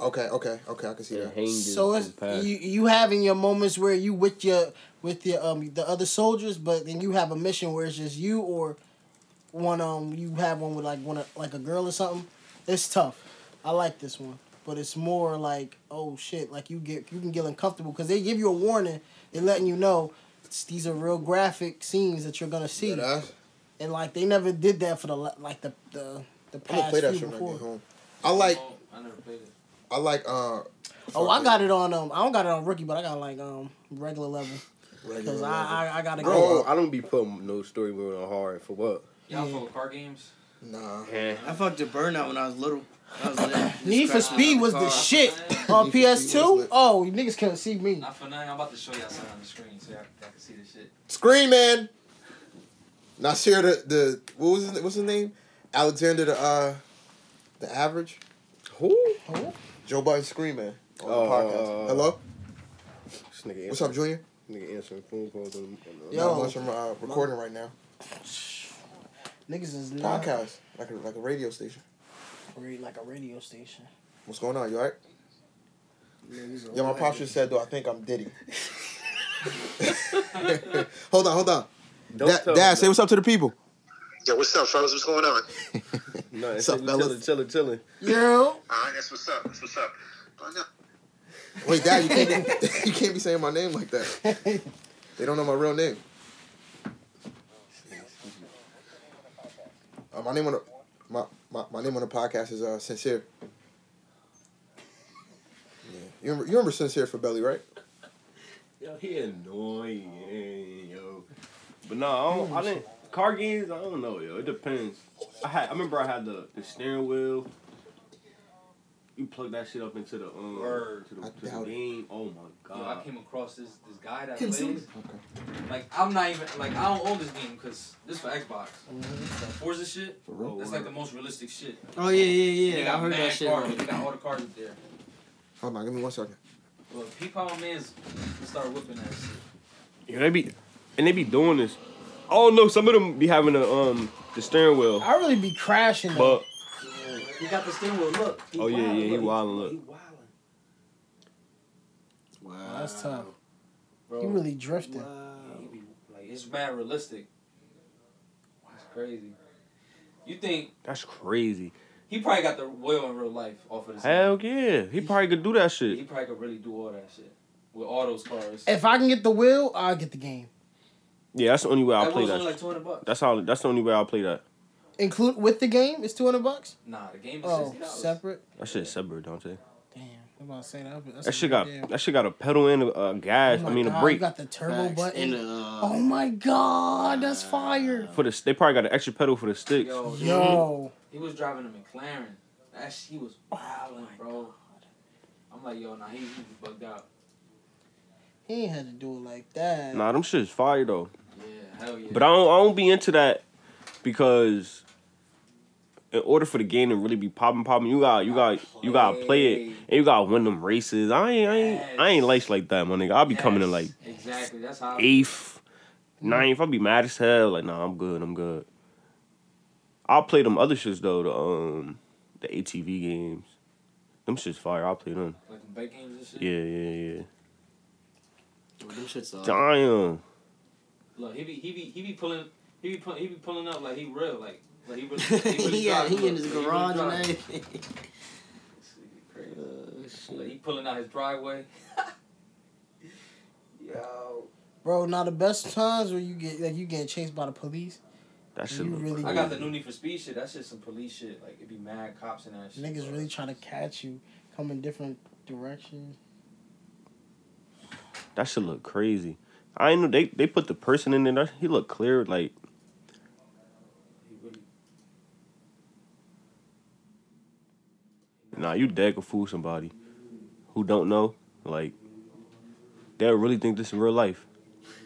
Okay, okay, okay. I can see And that. hanged is So it's is past. you you having your moments where you with your with your um the other soldiers, but then you have a mission where it's just you or one um you have one with like one of- like a girl or something. It's tough. I like this one, but it's more like oh shit, like you get you can get uncomfortable because they give you a warning. They're letting you know it's- these are real graphic scenes that you're gonna see, Dead ass. and like they never did that for the la- like the the the I'm gonna past play that few shit when I before. get home. I like, Oh, I never played it. I like. uh Oh, I got it on um. I don't got it on rookie, but I got like um regular level because Regular. I, I I gotta Bro, go. uh, I don't be putting no story mode on hard for what? Y'all full of car games? nah. I fucked a burnout when I was little. I was like, Need for Speed was the Car. shit Need on for Speed was PS2. lit. Oh, you niggas couldn't see me. Not for nine. I'm about to show y'all something on the screen so y'all, y'all can see this shit. Screaming. Nasir the the what was his, what's his name? Alexander the uh the average. Who? Joe Button screaming on the Oh, podcast. uh, Hello, This nigga what's up, answering- Junior? Nigga answering phone calls on, on the Yo. Not much. I'm uh, recording right now. Niggas is not Podcast like a like a radio station. read like a radio station. What's going on? You alright? Niggas are Yeah, my like- pops just said though. I think I'm Diddy. hold on, hold on. Don't Da- tell Dad, me say what's up to the people. Yo, what's up, fellas? What's going on? No, What's it's up, chilling, fellas? chilling, chilling. Yo, All right, that's what's up. That's what's up. But no, Wait, Dad, you can't be, you can't be saying my name like that. They don't know my real name. Uh, my name on the my, my, my name on the podcast is uh, Sincere. Yeah. You remember, you remember Sincere for Belly, right? Yo, he annoying, yo. But no, I, don't, I didn't. Car games, I don't know, yo. It depends. I had. I remember I had the, the steering wheel. You plug that shit up into the um Word. to the, I to the doubt it. game. Oh my Yo, I god. came across this this guy that Continue. plays. Like I'm not even like I don't own this game because this for Xbox. Like, Forza shit. For real? That's like the most realistic shit. Oh yeah, yeah, They yeah. got I heard mad that shit. Cars. bro. They got all the cars up there. Hold on, give me one second. Well, P-Power man's gonna start whipping that shit. Yeah, they be and they be doing this. I don't know. Some of them be having the um the steering wheel, I really be crashing. though. but He got the steering wheel. Look. He Oh, yeah, yeah, he wildin', wildin', look. He wildin'. Wow, that's tough. Bro, You really drifting. Yeah, he be- like it's mad realistic. It's crazy. You think that's crazy. he probably got the wheel in real life off of this? Hell yeah, he probably could do that He shit. probably could really do all that shit with all those cars. If I can get the wheel, I'll get the game. Yeah, that's the only way I that play was that. only shit. like two hundred bucks. That's how. That's the only way I play that. Include with the game, it's two hundred bucks. Nah, the game is Oh, sixty dollars. separate. That shit separate, don't they? Damn, I'm about to say that. That's That a shit good got deal. that shit got a pedal and a, a gas. Oh I my mean God, a You brake. got the turbo Facts. button. And, uh, oh my god, that's fire. For the they probably got an extra pedal for the sticks. Yo, Yo, he was driving a McLaren. That sh- he was Oh wilding, bro. I'm like, yo, nah, he, he was bugged out. he ain't had to do it like that. Nah, them shit's fire though. Yeah, hell yeah. But I don't I don't be into that because in order for the game to really be popping popping, you got you got you gotta play it and you gotta win them races. I ain't I ain't I ain't lace like that, my nigga. I'll be coming in like Yes, exactly. That's how. I, eighth, Mm-hmm. ninth. I'll be mad as hell. Like, nah, I'm good. I'm good. I'll play them other shits though. The um, the ATV games. Them shits fire. I'll play them. like in big games and shit. Yeah, yeah, yeah. Yo, them shits are- Damn. Look, he be he be he be pulling he be pull, he be pulling up like he real like like he really, he really he, got, he driving, in Oh, his look, like, he really garage and driving. everything. Crazy. Uh, Like shit. he pulling out his driveway. Yo, Bro, now the best times where you get like you getting chased by the police. That You shit look really- crazy. I got the new Need for Speed shit. That's just some police shit. Like it be mad cops and that shit. Niggas bro. really trying to catch you, come in different directions. That shit look crazy. I ain't know they they put the person in there. that- He look clear. Like He really- nah, you dead could fool somebody who don't know. Like they'll really think this is real life.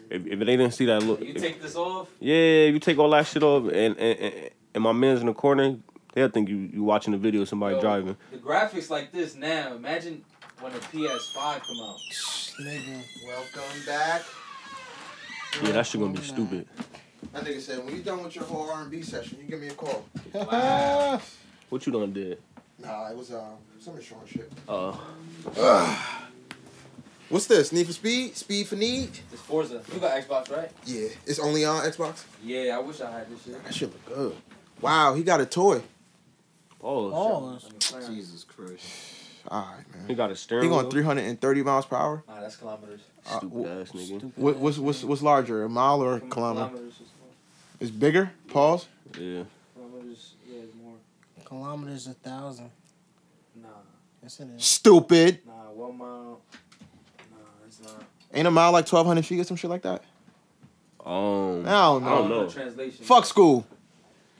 If if they didn't see that look, You if- take this off. yeah, if you take all that shit off and and, and, and my man's in the corner, they'll think you you watching a video of somebody yo, driving. The graphics like this now. Imagine when the PS5 come out. Nigga. Welcome back. Yeah, that shit gonna be stupid. That nigga said, when you done with your whole R&B session, you give me a call. Wow. What you done did? Nah, it was uh, some insurance shit. Uh, What's this? Need for Speed? Speed for Need? It's Forza. You got Xbox, right? Yeah. It's only on Xbox? Yeah, I wish I had this shit. That shit look good. Wow, he got a toy. pause. Oh, McLaren. Jesus Christ. All right, man. He got a steering. He wheel. going 330 miles per hour? Nah, that's kilometers. Uh, Ah, Stupid wh- ass nigga. What, what's, what's, what's larger, a mile or a kilometer? Kilometers is more. It's bigger? Pause. Yeah. Kilometers, yeah, is more. kilometers a thousand. Nah, Yes, it is. Stupid. nah, one mile. Nah, it's not. Ain't a mile like 1,200 feet or some shit like that? Um. I don't I know. don't the know. Translation. Fuck school.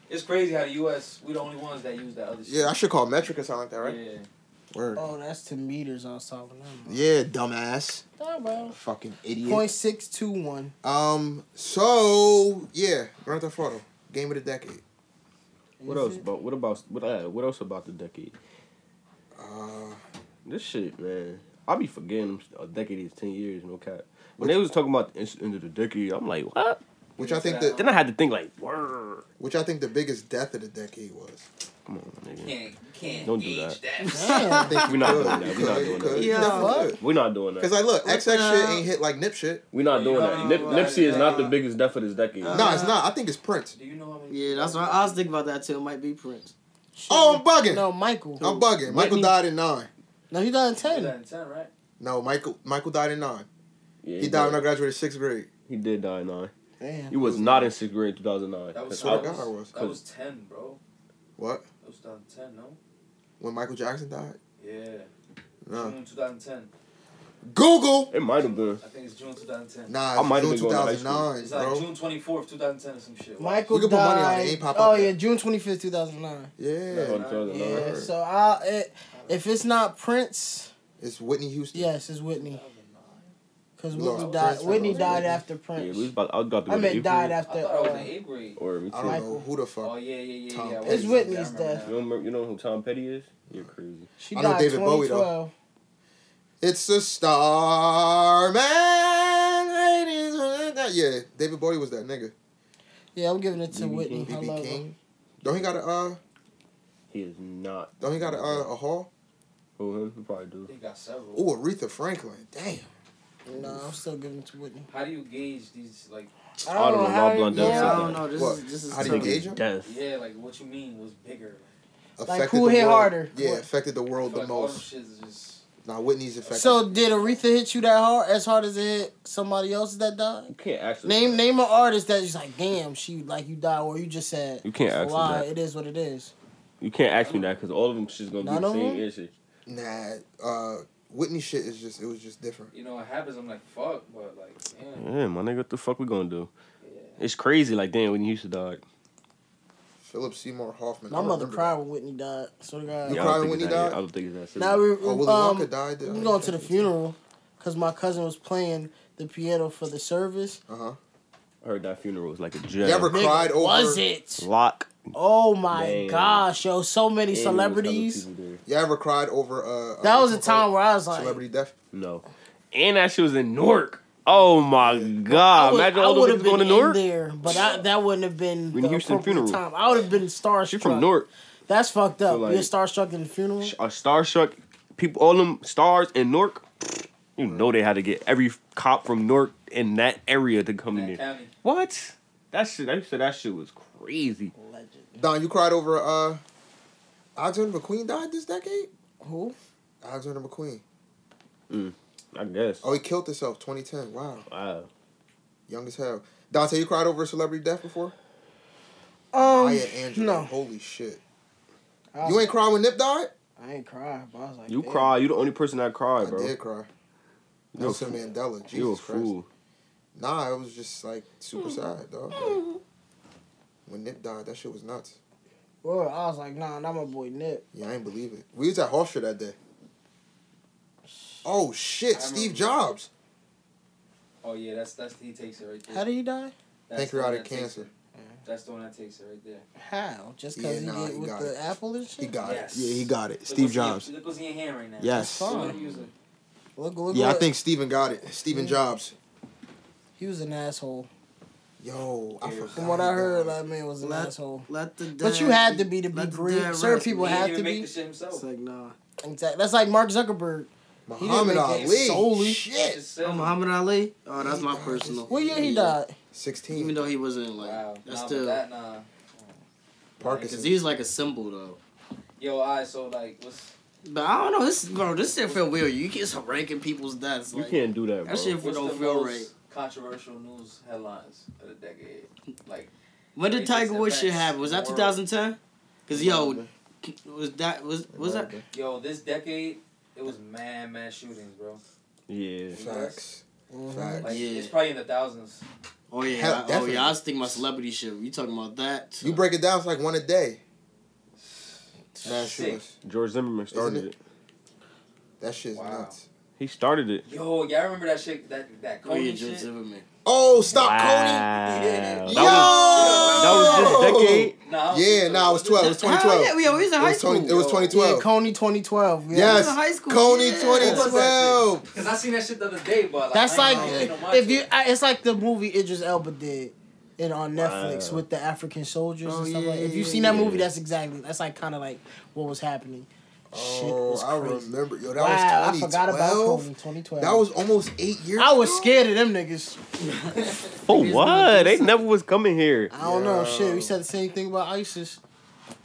It's crazy how the U.S. We the only ones that use that other shit. Yeah, I should call metric or something like that, right? Yeah. Word. Oh, that's to meters. I was talking about. Yeah, dumbass. Nah, bro. Fucking idiot. Point six two one. Um. So yeah, Grand Theft Auto, game of the decade. What else about what about what uh, what else about the decade? Uh, This shit, man. I be forgetting a decade is ten years, no cap. When they was talking about the end of the decade, I'm like, what? which I think the Then I had to think like, word. which I think the biggest death of the decade was. Come on, nigga. Can't can't Don't do that. I Damn. think We not doing that. We not doing that. Yeah, fuck. We're not doing Cause that. like, look, What XX shit the- ain't hit like Nip shit. We're not doing that. Nip, Uh, Nipsey is not the biggest death of this decade. no, it's not. I think it's Prince. Do you know how many? Yeah, that's what I was thinking about that too. It might be Prince. Oh, I'm bugging. No, Michael. I'm bugging. Michael Whitney- died in nine. No, he done ten. Ten. Ten, ten, right? No, Michael Michael died in nine. Yeah, He died when I Did. graduated sixth grade. He did die in nine. Damn. He was not in sixth grade in 2009. That was Swear to that God, I was. That was ten, bro. What? It was 2010, no? When Michael Jackson died? Yeah. No. June 2010. Google. It might have been. I think it's June 2010. Nah, might it's have June been going to high school. 2009, It's like bro. June 24th, 2010 or some shit. Michael We can put money on it, died. it ain't pop oh up yeah, yet. June twenty fifth, two thousand nine. Yeah, Nah. Yeah. Alright. So I, it, if it's not Prince, it's Whitney Houston. yes, it's Whitney. Cause We Whitney lost died. Prince for Whitney those died Whitney. after Yeah, Prince. we was about, I was about to I go to meant died April, I after. thought it was Uh, in eighth grade. Or me too. I don't know Michael. who the fuck. Oh, yeah, yeah, yeah. Tom yeah. Petty. It's Yeah, I Whitney's remember death. You don't remember, you know who Tom Petty is? You're crazy. she I know died David twenty Bowie, though. twelve. It's a star man. ladies, uh, that- Yeah, David Bowie was that nigga. Yeah, I'm giving it to BB Whitney. I BB love her. King. Don't he got a uh? He is not. Don't he got a uh, a hall? Who him? He probably do. He got several. Oh, Aretha Franklin. Damn. No, I'm still giving it to Whitney. How do you gauge these, like, I don't know how Blondell yeah, said I that. don't know. This What? is this is How do tough. you gauge him? Death. yeah, like what you mean was bigger? Affected who the hit world- harder? Yeah, What? affected the I world feel the like all most. them shits is just. Now Whitney's affected. So did Aretha hit you that hard? As hard as it hit somebody else that died? You can't actually. Name name an artist that's like, damn, she like you died, or you just said You can't "It's a ask me lie, that. It is what it is. You can't ask me that because all of them shit's gonna None be the of same them? answer. nah, uh, Whitney shit is just it was just different. You know what happens? I'm like, fuck, but like, damn. Yeah, my nigga, what the fuck we gonna do? It's crazy, like damn, when you used to dog. Philip Seymour Hoffman. My I mother remember cried when Whitney died. So God. You Yeah, cried I don't think when it's he that- died? I don't think it's that. Now Serious. we that. Oh, Willy um, Wonka died. we going to the funeral because my cousin was playing the piano for the service. Uh huh. I heard that funeral was like a You ever jail. Nigga, cried over? Was it? Lock. Oh my Man. gosh, yo! So many and celebrities. other people there. You ever cried over? Uh, That uh, was a time where I was like, celebrity death. No. And that shit was in Newark. Oh my god! Imagine all those would've people going to in Newark. there, but I, that wouldn't have been Whitney the Houston appropriate funeral. time. I would have been starstruck. She from Newark. That's fucked up. So, like- You're starstruck in the funeral. A starstruck people, all them stars in Newark. You know they had to get every cop from Newark in that area to come in Man, there. County. What? That shit. That said that shit was crazy. Legend. Don, you cried over. Uh, Alexander McQueen died this decade. Who? Alexander McQueen. I guess. Oh, he killed himself. 2010. Wow, Wow. young as hell. Dante, you cried over a celebrity death before? Um, Maya Angelou. no. Holy shit. I was- You ain't cried when Nip died? I ain't cry, but I was like, You damn. cry. You the only person that cried, I bro. did cry. a Nelson fool. Mandela. Jesus you a Christ. fool. Nah, it was just like super sad, dog. when Nip died, that shit was nuts. Well, I was like, nah, not my boy Nip. Yeah, I ain't believe it. We was at Hofstra that day. Oh shit, I Steve remember. Jobs. Oh yeah, that's that's he takes it right there. How did he die? That's the one Pancreatic that takes cancer. it. That's the one that takes it right there. How? Just Yeah, because nah, he he did with got the it. apple and shit. He got Yes. it. Yeah, he got it. Look Steve what's in your- Jobs. look what's in your hand right now. Yes. You fine. wanna use it? Look, look. Yeah, I look. think Steven got it. Steven Jobs. he was an asshole. Yo, I forgot. From what he I died. heard, that man was an Let, asshole. let the dead, But you had to be to be let the great. dead Certain rest people in He have didn't to even make be. the shit himself. It's like nah. Exactly. That's like Mark Zuckerberg. He Muhammad didn't make Ali. it solely. Shit. Oh, Muhammad Ali. Oh, that's my personal. What year he Yeah. died? Even 16. though he wasn't like Wow. that's nah, still but that nah. because Parkinson's. he's like a symbol though. Yo, I so like what's But I don't know. This bro, this shit feel weird. You can't start ranking people's deaths. You Like, can't do that, bro. that shit what's the don't feel most right. controversial news headlines of the decade? Like When did Greatest Tiger Woods shit events happen? Was that in the 2010? Cause yo, was that was was that? yo, this decade it was mad mad shootings, bro. Yeah. Facts. Mhm. Facts. Like Yeah. it's probably in the thousands. Oh yeah, Hell, I- oh definitely. yeah. I was thinking my celebrity shit. You talking about that? You break it down, it's like one a day. Mad Sick. shooters. George Zimmerman started Isn't it? it? That shit's Wow. nuts. He started it. Yo, y'all remember that shit that that Oh Kobe yeah, George shit? Zimmerman. Oh, stop, Wow. Cody. That Yo! was that was this decade. Nah, Yeah, nah, it was 12. It was 2012. Hell yeah, we we was in It high was, 20, school. it was Yeah, 2012. Coney 2012. Yeah. yes. in high school, Coney yeah. What was 2012. Because I seen that shit the other day, but like, That's I like ain't- I ain't gonna watch if it. you. I- It's like the movie Idris Elba did, and on Netflix Wow. with the African soldiers Oh, and stuff. yeah, like. If yeah, you've seen that yeah. movie, that's exactly. That's like kind of like what was happening. Shit Oh, was I crazy. remember. Yo, that wow, I was 2012. forgot about Coney 2012. That was almost eight years I was ago. scared of them niggas. For what? They never was coming here. I don't know. Yo. Shit, we said the same thing about ISIS.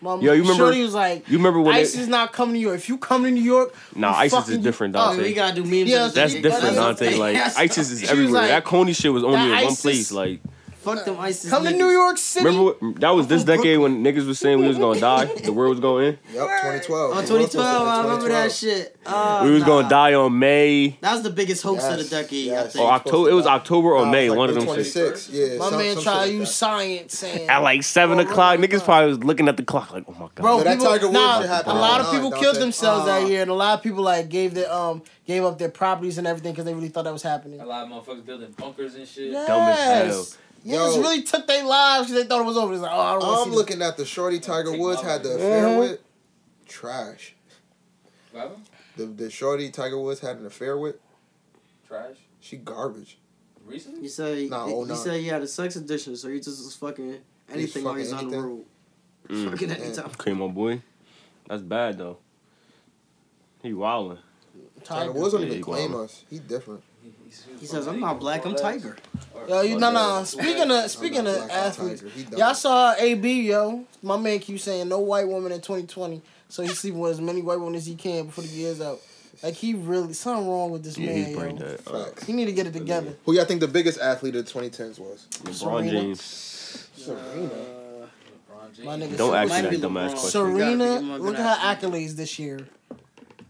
My Yo, you remember- Shorty was like, You remember when? ISIS They, not coming to New York. If you come to New York, nah, we ISIS is fucking- different, Oh, Dante. we gotta do memes. Yeah, and That's Yeah, shit. different, that's- Dante. Like That's- ISIS is was everywhere. like, that Coney shit was only that in one ISIS- place. Like Fuck them ISIS. Come to niggas. New York City. Remember what, that was this decade when niggas was saying we was gonna die, the world was going Yep, 2012. Oh, 2012. I remember that shit. Uh, in. We was nah. gonna die on May That was the biggest hoax of Yes, the decade, I yes. think. or October. It was October or May. one of them. shits. 26. Yeah, My some- man some try shit to like use that. science saying. At like seven Oh, o'clock, my niggas God. probably was looking at the clock like, oh my god. Bro, Yo, that people, Tiger Woods nah, shit happened a lot now, of people don't killed they? themselves Uh. that year, and a lot of people like gave their um gave up their properties and everything because they really thought that was happening. A lot of motherfuckers building bunkers and shit. Yes. Dumb as hell. Niggas Yo. really took their lives because they thought it was over. It's like, oh, I don't want to I'm looking at the shorty Tiger Take Woods my had the money. affair Mhm. with. Trash. Lava? The the shorty Tiger Woods had an affair with. Trash? She garbage. Recently? You say Nah, you, oh, you nah. say you had a sex addiction, so you just was fucking anything while fucking he's on the anything. road. Mm. Fucking Yeah. anytime. Okay, my boy. That's bad though. He wildin'. Tiger Tiger. Woods don't Yeah, even you claim wild. us. He different. He says, "I'm not black, I'm tiger." Yo, you no no. Speaking of I'm speaking not of black, I'm athletes, Tiger. He dumb. y'all saw AB yo. My man keep saying no white woman in 2020, so he's sleeping with as many white women as he can before the year's out. Like he really something wrong with this Yeah, man. he's yo. brain dead. Uh, Facts. He need to get it together. Who y'all think the biggest athlete of the 2010s was? LeBron Serena. James. Serena. My nigga, Don't Serena- ask me Might that be dumbass LeBron. question. Serena, You gotta be more look than at her athlete. accolades this year.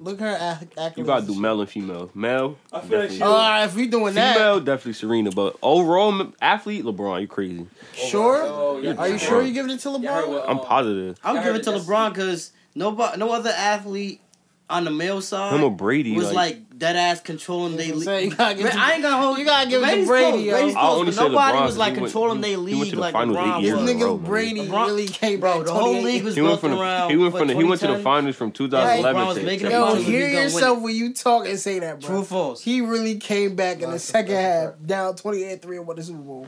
Look at her a- accolades. You gotta do this male and female. Male, I feel like definitely. she- year. All right, if we doing female, that, definitely Serena. But overall, m- athlete, LeBron, you crazy. sure. You're Are you drunk. sure you giving it to LeBron? I'm positive. I would I give heard it to that's- LeBron because nobody, no other athlete on the male side Him or Brady, was like- like, dead ass controlling That's what they I'm league. saying. You gotta give it to- I ain't gonna hold you gotta give it to Brady's Brady, close, yo. Brady's I'll close, only but say nobody LeBron, was like he went- controlling he- their he league went to the like finals eight LeBron years This Yeah, was. in a row. nigga man. Brady LeBron- really came Bro, back. the whole 28. league was He went built from the, around. he went from the, what, he went to the 2010? finals from LeBron was 2011. making to- a- Yo, Finals, we hear gonna win. yourself when you talk and say that, bro. True or false? He really came back in the That's a- second that's a half, down 28-3 and won the Super Bowl.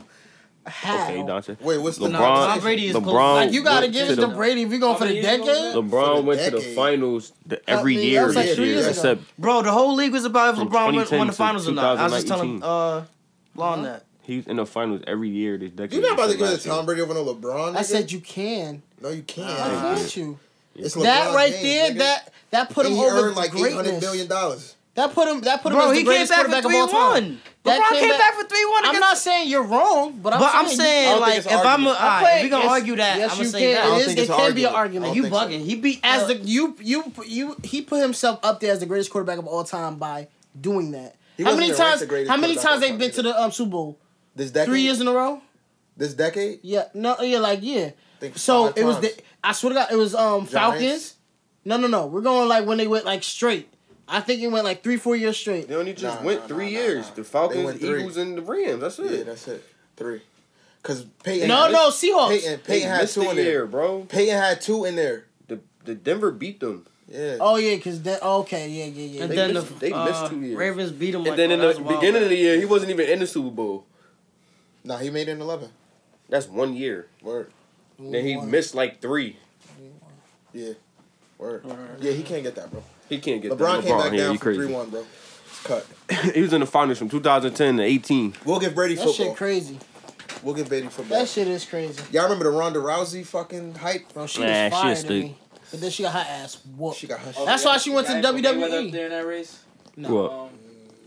How? Okay, Dante. Wait, what's the LeBron, Tom Brady is LeBron close. Like, Like, you gotta went give it to the- Brady if you going for the How many years ago was decade. that? LeBron For the went to the decade. finals the, every I mean, that year, was like this three year, years ago. except Bro, the whole league was about if From LeBron went, 2010 won the to finals or not. I was just 2018. telling uh, Lon that. he's in the finals every year this decade. You're not about to give it Last to year. Tom Brady over no LeBron. Nigga? I said you can. no, you can't. Why Uh, can't you? it's That LeBron right James, there, nigga. that that put And him he over earned like eight hundred greatness. billion dollars. That put him. That put him Bro, as he the came greatest back for quarterback of three all time. one. That LeBron came came back- back for three one. I'm not saying you're wrong, but I'm But I'm saying, I saying, don't think like, it's if an I'm, argument. all I right, play- if we gonna yes, argue that, yes, I'm gonna you say can. I don't that. It is. think It it's an can be an argument. I argument. don't You think so. bugging? He beat as as the you you you he put himself up there as the greatest quarterback of all time by doing that. He How wasn't many even ranked times? the greatest How many quarterback times of they've all been time to the um, Super Bowl? This decade, Three years in a row? This decade, Yeah, no, yeah, like yeah. Think So five it was the times. I swear to God, it was um Falcons. Giants? No, no, no. We're going like when they went like straight. I think it went like three, four years straight. They only just Nah, went nah, three nah, years. nah, nah. The They Falcons, went the three. Eagles, and the Rams. That's it. yeah, that's it. Three, because Peyton. No, had- no, Seahawks. Peyton, they Peyton had missed two the in year, there. bro. Peyton had two in there. The the Denver beat them. Yeah. Oh yeah, cause then okay, yeah, yeah, yeah. And They then missed- the they missed uh, two years. Ravens beat him. and then in the beginning of the year, he wasn't even in the Super Bowl. Nah, he made it in eleven. That's one year. Word. Then he missed like three. Yeah. Word. Yeah, he can't get that, bro. He can't get LeBron, that. came LeBron, back yeah, down you from crazy. three one, bro. Cut. he was in the finals from 2010 to 18. We'll give Brady That football. shit crazy. We'll give Brady football. That shit is crazy. Y'all remember the Ronda Rousey fucking hype? Bro, she Nah, was she fire a to stick. me. But then she got her ass whooped. She got her. Oh, shit. That's why she went to E. yeah, WWE. Up there in that race. What? Um,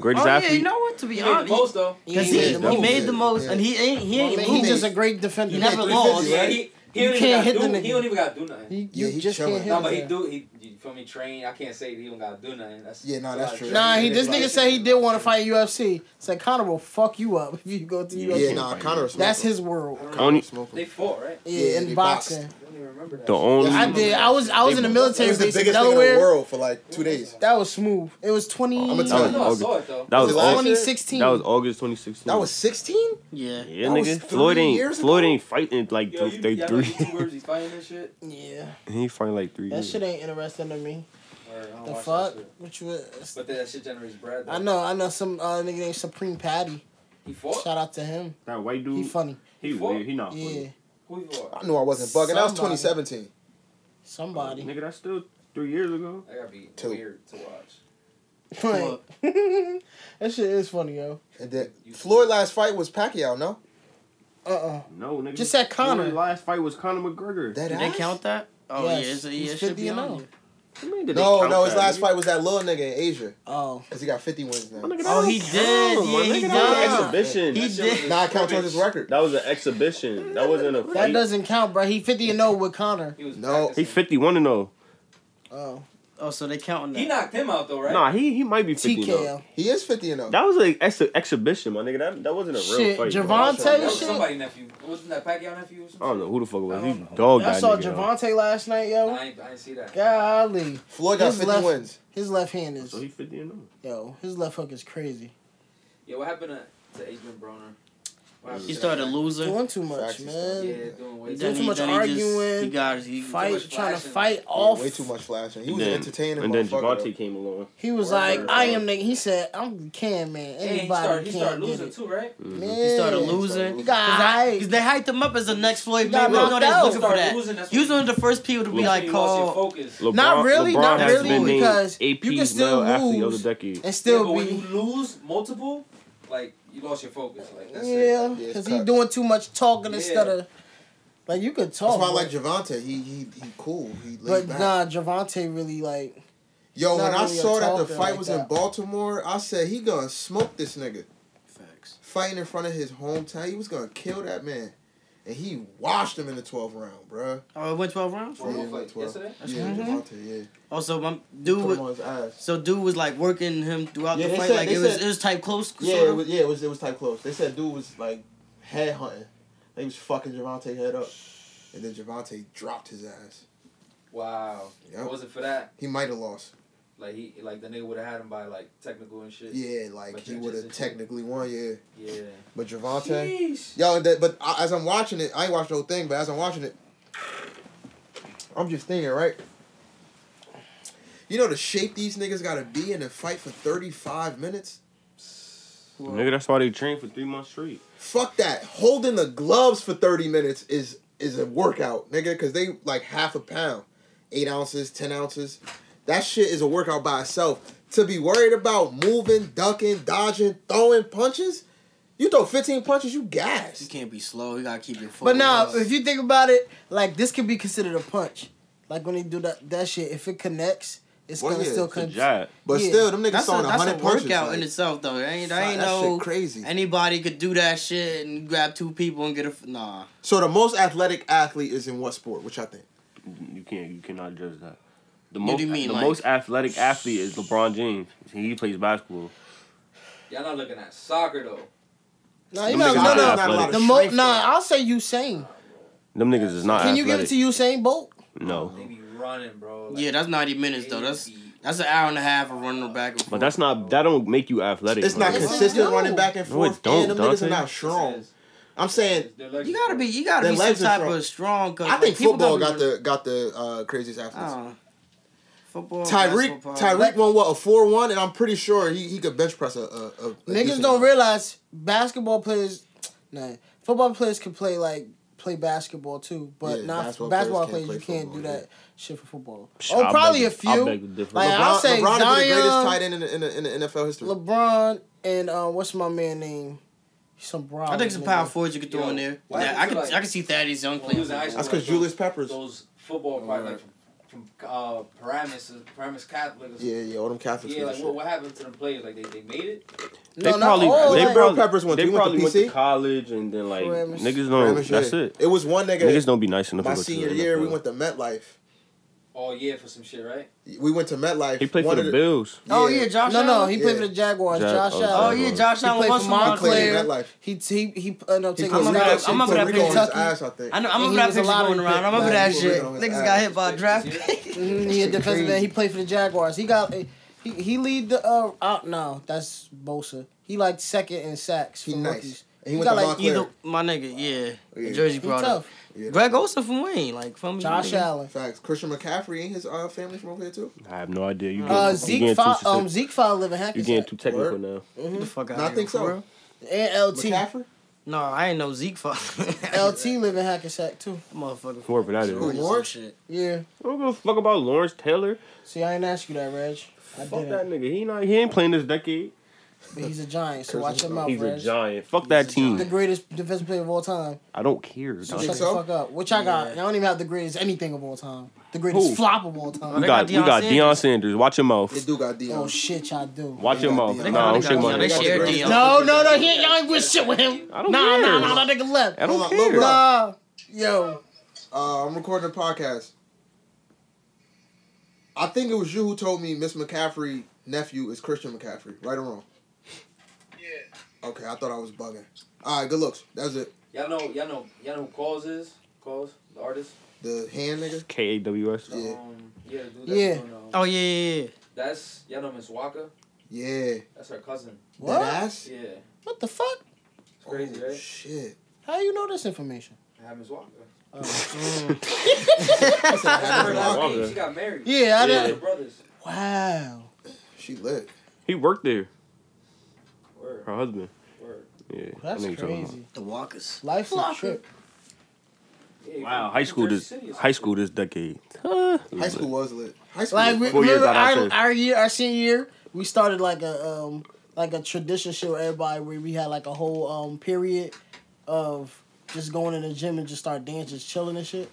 Greatest Oh yeah, athlete. you know what? To be he made the honest, most though. because Yeah, he, the he most. made the most, Yeah. and he ain't he ain't Man, He He made- losing. just a great defender. He He, never made lost. 350, Yeah, right? he, he, You don't can't hit the even gotta do, nigga. he don't even gotta do nothing. you Yeah, he just chilling. can't hit No, him. but he there. do. He, you feel me? Train. I can't say he don't gotta do nothing. That's, Yeah, nah, so that's I- true. Nah, he, this Yeah, nigga said he did want to fight UFC. Said Conor will fuck you up if you go to UFC. Yeah, nah, Connor. was That's smoking. his world. Connor Only- was smoking. They fought, right? Yeah, Yeah, they in boxed. boxing. I don't even remember that. the only. I did. I was I was in the It military was the base biggest in thing in the Delaware. world for like two days. That was smooth. It was twenty. I'ma I tell know I Okay. saw it though. that was Was it last August, year? 2016. that was August 2016. That was 16? Yeah, yeah, that was nigga. three Floyd ain't years Floyd ago? ain't fighting like Yo, those you, they y'all know three. YouTubers, he's fighting this shit. Yeah, he ain't fighting like three. that years. shit ain't interesting to me. Or, I don't The watch that fuck? shit. Which was But then that shit generates bread. Though. I know I know some uh, nigga named Supreme Patty. He fought. Shout out to him. That white dude. He funny. he fought? weird. He not Yeah, funny. Who he fought? I knew I wasn't bugging. That was Somebody. 2017. somebody. Nigga, that's still three years ago. That gotta be Two. weird to watch. Like, that shit is funny yo. And then Floyd last fight was Pacquiao, no? Uh uh No, nigga. Just said Conor. Floyd's last fight was Conor McGregor. That did they count that? Oh Yes. yeah, it's a, He's yeah, it should 50 be and on. oh. there. No, count no, his that, last nigga? fight was that little nigga in Asia Oh. because he got 50 wins now. My nigga, that Oh, don't he count, did. Yeah, my he nigga, that did. was an exhibition. He did. Nah, I count towards his record. That was an exhibition. That wasn't a That fight. doesn't count, bro. He 50 and 0 with Connor. He was No. he practicing. 51 and 0. Oh. Oh, so they counting He that. knocked him out though, right? Nah, he he might be oh. 50 and 0. TKO. He is 50 and oh. 0. That was an ex- exhibition, my nigga. That, that wasn't a real Shit, fight. bro. Javante That was shit. somebody nephew. Wasn't that Pacquiao nephew? Or I something? don't know who the fuck it was. He dog I that saw nigga. Javante last night, yo. I ain't, I ain't see that. Golly. Floyd got His 50 left- wins. His left hand is, So Oh, he 50 and 0. yo, his left hook is crazy. Yeah, what happened to, to Adrian Broner? What happened He to started that? losing. Doing too much, Facts. Yeah, man. doing way He's too doing Then too much. he- much then he just- arguing. He got it. He, Fight, much trying to flashing. fight Yeah, off. way too much flashing. He was Then- an entertaining And then motherfucker, Javante came along. He was Word, like, bro. I am nigga. He said, I'm can man. Yeah, he Anybody started, he started can get losing it. too, right? Man. He started losing. He Cause, got I, hyped. Cause they hyped him up as the next Floyd He got Mayweather. You know knocked they out. was looking for Started that. losing, that's You when was one of the first people to be Losing, like you lost your called. focus. Mm-hmm. LeBron, Not really, LeBron not has really, been named because AP you can still male athlete of lose. the decade. And Yeah, still but when be. you lose multiple, like you lost your focus. Like that's it. Yeah, Yeah, it's because he cut. doing too much talking Yeah. instead of. Like, you could talk. That's why I Oh, but- like Javante. He he he cool. He laid But back. nah, Javante really like. Yo, not when I really a saw that the talker fight like was in that. Baltimore, I said he gonna smoke this nigga. Facts. Fighting in front of his hometown, he was gonna kill that man, and he washed him in the 12th round, bruh. Oh, it went twelve rounds. One more Yeah, fight 12. yesterday. yeah, crazy. Javante, yeah. Also, my Put dude. him Was, on his ass. so dude was like working him throughout Yeah, the they fight. said- like they it was, said- it was type close. Yeah, sort it of. was, yeah, it was it was type close. They said dude was like head hunting. He was fucking Javante head up, and then Javante dropped his ass. Wow. If Yep. it wasn't for that, He might have lost. like he, like the nigga would have had him by like technical and shit. Yeah, like But he that would have just- technically won. Yeah, Yeah. but Javante. Jeez. Yo, and that, but I, as I'm watching it, I ain't watched the whole thing, but as I'm watching it, I'm just thinking, right? You know the shape these niggas gotta be in a fight for 35 minutes? Nigga, that's why they trained for three months straight. Fuck that. Holding the gloves for 30 minutes is is a workout, nigga, because they like half a pound, eight ounces, 10 ounces. That shit is a workout by itself. To be worried about moving, ducking, dodging, throwing punches, you throw 15 punches, you You gas. can't be slow. You gotta keep your focus. But nah, if you think about it, like this could be considered a punch. Like when they do that that shit, if it connects, it's Well, gonna yeah, still it's It's a connect. job. But Yeah. still, them niggas that's a, throwing that's a 100 punches. workout like- in itself, though. There ain't, there Nah, ain't that shit no crazy. anybody could do that shit and grab two people and get a f- nah. So the most athletic athlete is in what sport? Which I think. You can't. You cannot judge that. The What most, do you mean, the like- most athletic athlete is LeBron James. He plays basketball. Y'all not looking at soccer though. Nah, you Them know, niggas no, not no, athletic. The mo- nah, I'll say Usain. Them niggas is not. Can you athletic. give it to Usain Bolt? No, They be running, bro. Like, Yeah, that's ninety minutes they though. That's be- that's an hour and a half of running back. And forth. but that's not. That don't make you athletic. It's not bro. It's- consistent no. running back and No, it forth. don't, and them niggas Dante. are not strong. I'm saying Their legs You is gotta be, strong. you gotta Their be some legs are type strong. of strong. 'cause, I like, think people football gotta got be- the got the uh, craziest athletes. Oh, Uh, football. Tyreek basketball, Tyreek won what a four one, and I'm pretty sure he, he could bench press a. a, a a Niggas decent don't amount. realize basketball players, nah, football players can play like play basketball too, but Yeah, not basketball, basketball players. players can't you play can't do football, that shit for football. Psh, Oh, I probably beg a to- I few. beg to differ. Like LeBron, I'll say LeBron Zion, would be the greatest tight end in the, in the, in the NFL history. LeBron and uh, what's my man name? Some Brown. I think some nigga. power forwards you could throw Yo, in there. why Yeah, is I it could, like- I could see Thaddeus Young When we playing. was in high That's school, because like, Julius Peppers. Those football probably like from, from uh, Paramus, Paramus Catholic. Or Yeah, yeah, all them Catholics. Yeah, and like shit. what, what happened to them players? Like they, they made it. They No, not probably. all, They like- probably. Peppers went they to- he went to probably went to PC? college and then like Paramus. niggas Pretty don't. much, That's yeah. it. It was one nigga. Niggas don't be nice enough. my to go to senior the year, we NFL. went to MetLife. All year Oh, for some shit, right? We went to MetLife. He played for One the, of Bills. Oh, yeah, Josh No, no, Allen? he played Yeah. for the Jaguars. Ja- Josh oh, Allen. Oh Jaguars. yeah, Josh He Allen played was for from Montclair. Montclair. Montclair. That life. He he he ended up He taking. put remember Rico- that- he I Kentucky. put remember that Rico on his Kentucky. ass, I think. I know. I And remember he that was a picture lottery going around. I pick. remember Nah, that he was shit. on his Niggas ass. got hit by a draft This pick. Mm, he a defensive man. He played for the Jaguars. He got a- he he lead the uh out no that's Bosa. He like second in sacks. He for nice. rookies. And he You went to got, like, Montclair. Either my nigga, yeah, Yeah. Jersey He brought up. tough. Yeah. Greg Olson from Wayne, like from Josh Allen. Facts. Christian McCaffrey ain't his uh, family from over here too. I have no idea. You getting, Uh, you Zeke getting too, Fowler, specific- um, Zeke Fowler live in you getting Hackensack. too technical Word? now. Get the fuck out No, I of think here, so. for real? And LT. McCaffrey. No, I ain't no Zeke fuck. LT live in Hackensack too. motherfucker. Whoever that is. Jordan Who, some Lawrence? shit. Yeah. I don't give a fuck about Lawrence Taylor. See, I ain't ask you that, Reg. I Fuck that didn't. nigga. He not. He ain't playing this decade. But he's a giant, so watch your mouth, He's a Reg. giant. Fuck that He's a team. The greatest defensive player of all time. I don't care. So dog. shut so? the fuck up. Which I got. I don't even have the greatest anything of all time. The greatest Who? flop of all We time. got got, we got Deion Deion Sanders. Watch your They mouth. do got Dion. Oh shit, y'all do. Watch your got mouth. Deion. No, They got don't shake Deion. my Yeah, they hand. share They Deion. No, no, no. He, y'all ain't with shit with him. I don't nah, care. nah, nah. That nigga left. I don't Hold on, care. Lil Nah. Yo. Uh, I'm recording a podcast. I think it was you who told me Miss McCaffrey nephew is Christian McCaffrey. Right or wrong? Yeah. Okay, I thought I was bugging. All right, good looks. That's it. Y'all know, y'all know, y'all know who Cause is? Cause, the artist? The hand nigga. K A W S. Yeah. Um, yeah, the dude that's Yeah. doing, um, Oh yeah, yeah, yeah. That's, y'all know Miss Waka? Yeah. That's her cousin. What? That ass. Yeah. What the fuck? It's crazy, oh, right? Shit. How you know this information? I have Miss Walker. That's Her Miss last Walker. name, she got married. Yeah, I They're didn't. brothers. Wow. She lit. He worked there. Word, Her husband. word. Yeah. I That's know you're talking crazy. The Walkers. Life's a Flopper. trip. Yeah, about. Wow. from High school Jersey this. City or something. High school this decade. High school was lit. High school. Like we, was Four years remember out of our, two. our year, our senior year, we started like a um like a tradition show with everybody where we had like a whole um period of just going in the gym and just start dancing, just chilling and shit.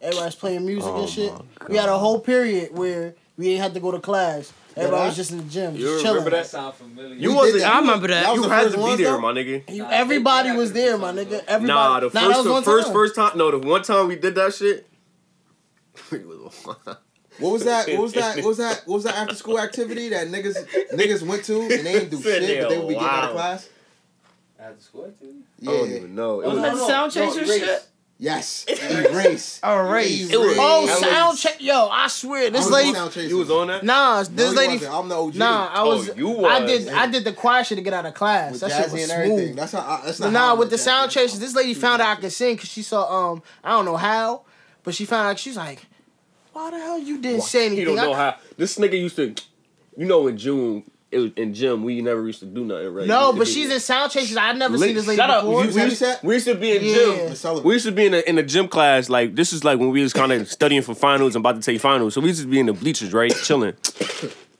Everybody's playing music Oh and shit. my We had a God. whole period where we ain't had to go to class. Everybody I- was just in the gym, You just remember chilling. That sound familiar. You We wasn't. did that. I remember that. That was you the had first to be ones, there, though? my nigga. You, Nah, everybody they- they was gotta do there, my something, nigga. though. Everybody. Nah, the that first, was the one first, time. first time. No, the one time we did that shit. we was on- What was that? What was that? What was that? What was that after school activity that niggas niggas went to and they didn't do Said shit, but they would be getting out of wow. class? At the school activity? I don't Yeah. even know. It Oh, was. no, no, sound no, chaser erase. shit? Yes. Erase. All right. Erase. Oh, That was- sound check. Yo, I swear, I this was lady. sound chaser. You was on that. Nah, this No, you lady. wasn't. I'm the OG. Nah, I Oh, was. you I did. was. I did the choir shit to get out of class. with that Jazzy shit was and smooth. everything. That's how. I, that's not. how I Nah, with met the Jazzy. sound chasers, this lady found out I could sing because she saw um I don't know how, but she found out she's like, why the hell you didn't say He anything? don't know I- how. This nigga used to. You know, in June, it was in gym. We never used to do nothing, right? no, but she's in sound chasers. I never seen this lady Shut up. before. You- Is we, that used, upset? we used to be in Yeah. gym. Miss Sullivan. We used to be in a in a gym class. Like this is like when we was kind of studying for finals, about to take finals. So we used to be in the bleachers, right, chilling.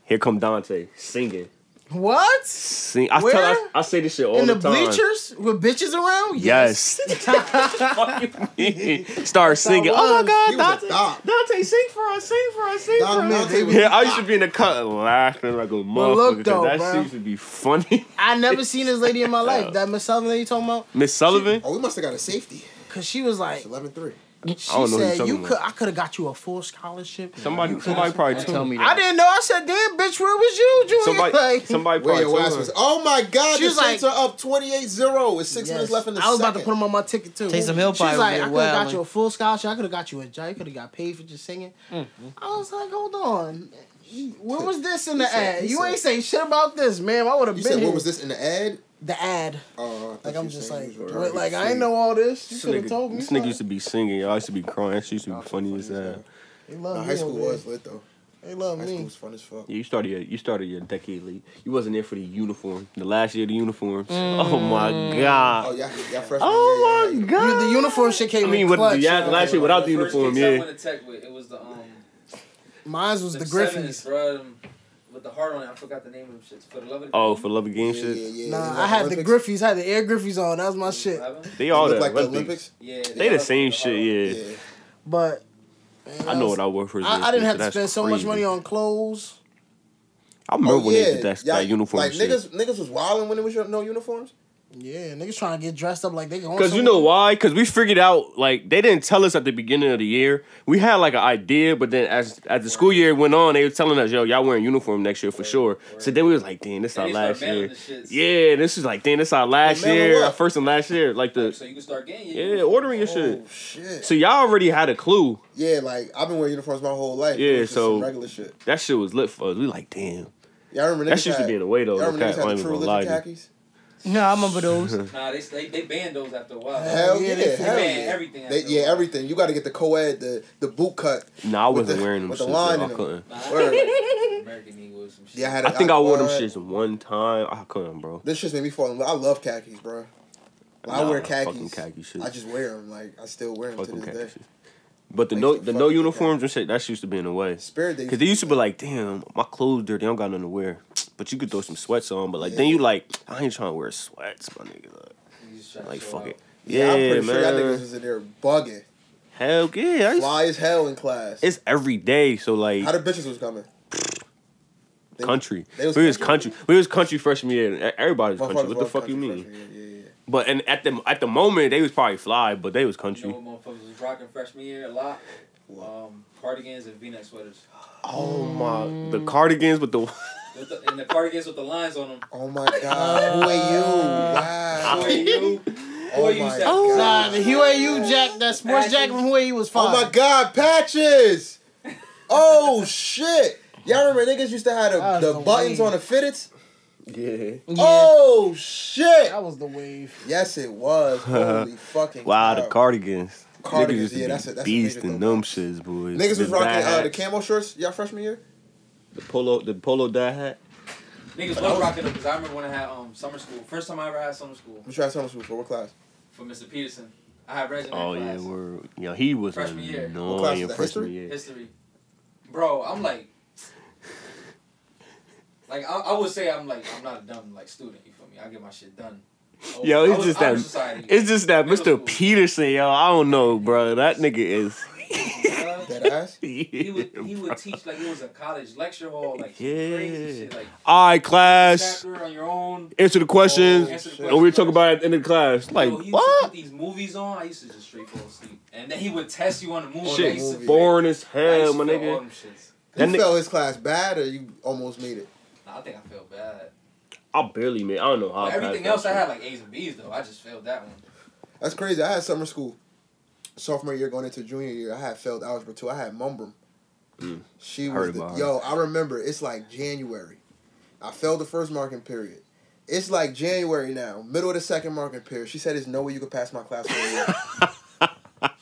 Here come Dante singing. what? Sing. I tell. Where? I, I say this shit all In the, the, time. bleachers with bitches around? Yes. Fuck you mean? Start singing. Oh my He God, was a Dante. dog. Dante, sing for us, sing for us, sing Dog, for us. Dante was a Yeah, I used to dog. be in the cut laughing like a motherfucker. look, 'cause though, that bruh. shit used to be funny. I never seen this lady in my life. That Miss Sullivan lady talking about? Miss Sullivan. Oh, we must have got a safety. Cause she was like, It's 11-3. she don't know who you're said talking you about. could, I could have got you a full scholarship. Somebody, somebody probably told Mm. me. I didn't know. I said, damn, bitch, where was you, Junior? Somebody, like, somebody Where probably your ass told was. her. Oh my God! She The was like- Saints are up 28-0 with six Yes. minutes left in the I was second. about to put him on my ticket too. Taysom Hill She's probably like, I would've could been have got wildin'. you a full scholarship. I could have got you a job. You could have got paid for just singing. I was like, hold on. Where was this in the said- ad? he You said- ain't say shit about this, man. I would have You been. said, here. what was this in the ad? The ad. Oh, I thought Like you I'm was just saying like, you was what- already like I ain't singing. know all this. You This could have nigga, told me. this nigga used to be singing. I used to be crying. She used to be funny as hell. They Nah, love high me, school man. was lit though. They love High school me. was fun as fuck. Yeah, you started. Your, you started your decade late. You wasn't there for the uniform. The last year of the uniforms. Oh my Oh yeah, god. y'all freshman. Oh year, my yeah, You- god. the uniform shit I came mean, in with clutch. the yeah, yo. last year without the First uniform, kicks I yeah. went to tech with, it was the, um, Mine's was them the sevens, Griffins. bro, them- With the heart on it, I forgot the name of them shits. For the love of Oh, for love of game yeah, shit. yeah, yeah. It was Nah, I like had the Olympics. Griffies. I had the Air Griffies on. That was my shit. They It all looked the like the Olympics. Olympics. Yeah, Oh, They the love same the shit. heart Yeah. Yeah. But man, I that know was- what I wore for. I, I this, didn't have to but that's spend so much crazy. money on clothes. I remember Oh, when yeah. they did that, Y'all- that uniform Like shit. niggas, niggas was wilding when it was your- no uniforms. Yeah, niggas trying to get dressed up like they going. Cause you somewhere. know why? Cause we figured out like they didn't tell us at the beginning of the year. We had like an idea, but then as as the school year went on, they were telling us, "Yo, y'all wearing uniform next year for sure." So then we was like, "Damn, this And our they start last mailing year." the shits. Yeah, this is like, "Damn, this our last mailing year, what? our first and last year." Like the So you can start getting your yeah, uniform. ordering your shit. Oh shit. So y'all already had a clue. yeah, like I've been wearing uniforms my whole life. It was Yeah, just so- some regular shit. That shit was lit for us. We like, "Damn, Yeah, I remember that niggas shit used to had- be in the way though." Y'all remember Okay, I niggas had ain't the even True gonna Religion lie. to you. khakis? No, I remember those. Nah, they, they they banned those after a while. Hell yeah, yeah, they fit hell man, yeah. everything They, after a yeah, while. everything. You got to get the co-ed, the the boot cut. Nah, I with wasn't the- wearing them with the shits. line yo. in I 'em. couldn't. Nah, Word. American Eagle or some shit. Yeah, I, had I a- think I wore them what? shits one time. I couldn't, bro. This shit's made me fall in love. I love khakis, bro. I Nah, wear Fucking khakis. khaki shit. I just wear them. Like I still wear them to Fucking this day. khakis. But the I no used to the fuck no with uniforms and shit that shit used to be in the way. Spirit days. Cause they used to be like, damn, my clothes dirty. I don't got nothing to wear. But you could throw some sweats on, but like then you like, I ain't trying to wear sweats, my nigga. Like, like fuck it. Yeah, I'm pretty man. sure that niggas was in there bugging. Hell yeah. I used- Fly as hell in class. it's every day. So like How the bitches was coming? They- country. they was we was country. country. We was country freshman year. and Everybody was country. Motherfuckers What the love fuck you country mean? freshman year, Yeah, yeah. But and at the at the moment they was probably fly, but they was You country. know what motherfuckers was rocking freshman year a lot? Um, cardigans and V-neck sweaters. Oh my, the cardigans with the With the, and the cardigans with the lines on them. Oh my god. Who are you? Wow. Boy, you, Oh boy, you my said, Nah, God. the UAU jack, that sports jacket from UAU was fine. Oh my god, patches! Oh shit! Y'all remember niggas used to have That was the, the the buttons wave. on the fitteds? Yeah. Oh shit! That was the wave. Yes, it was. Holy fucking wow, the cow. cardigans. Uh, Cardigans, Niggas used to yeah, be that's a- that's a beast major and throwback. them shits, boys. Niggas The was rocking dye uh, the hats, camo shorts. Y'all freshman year? the polo, the polo dye hat. niggas love rocking them because I remember when I had um, summer school. First time I ever had summer school I'm trying summer school for what class? for Mr. Peterson. I had resume Oh class. yeah, we're yo. He was Freshman year. What class annoying is that, freshman history? year. History. Bro, I'm like, like I, I would say I'm like I'm not a dumb like student. You feel me? I get my shit done. Oh, Yo, I it's was- just I that. was society. It's just that Middle Mr. school. Peterson, yo. I don't know, bro. That nigga is. Uh, Dead ass? he would he would teach like it was a college lecture hall like Yeah. crazy shit like All right, class. chapter on your own. Answer the questions, Oh, answer the and we questions talk about it in the class. Like Yo, he used to what? put these movies on. I used to just straight fall asleep, and then he would test you on the movie. I Shit, used to boring as fail- I hell, used my to fail nigga. all them shits. You That ni- felt his class bad or you almost made it? Nah, I think I felt bad. I barely made. I don't know how. But I passed everything that else I shit. had like A's and B's though. I just failed that one. That's crazy. I had summer school. Sophomore year going into junior year, I had failed algebra too. I had Mumbrum. Mm. She was Heard the, about her. yo. I remember. It's like January. I failed the first marking period. It's like January now, middle of the second marking period. She said, "There's no way you could pass my class." for a year."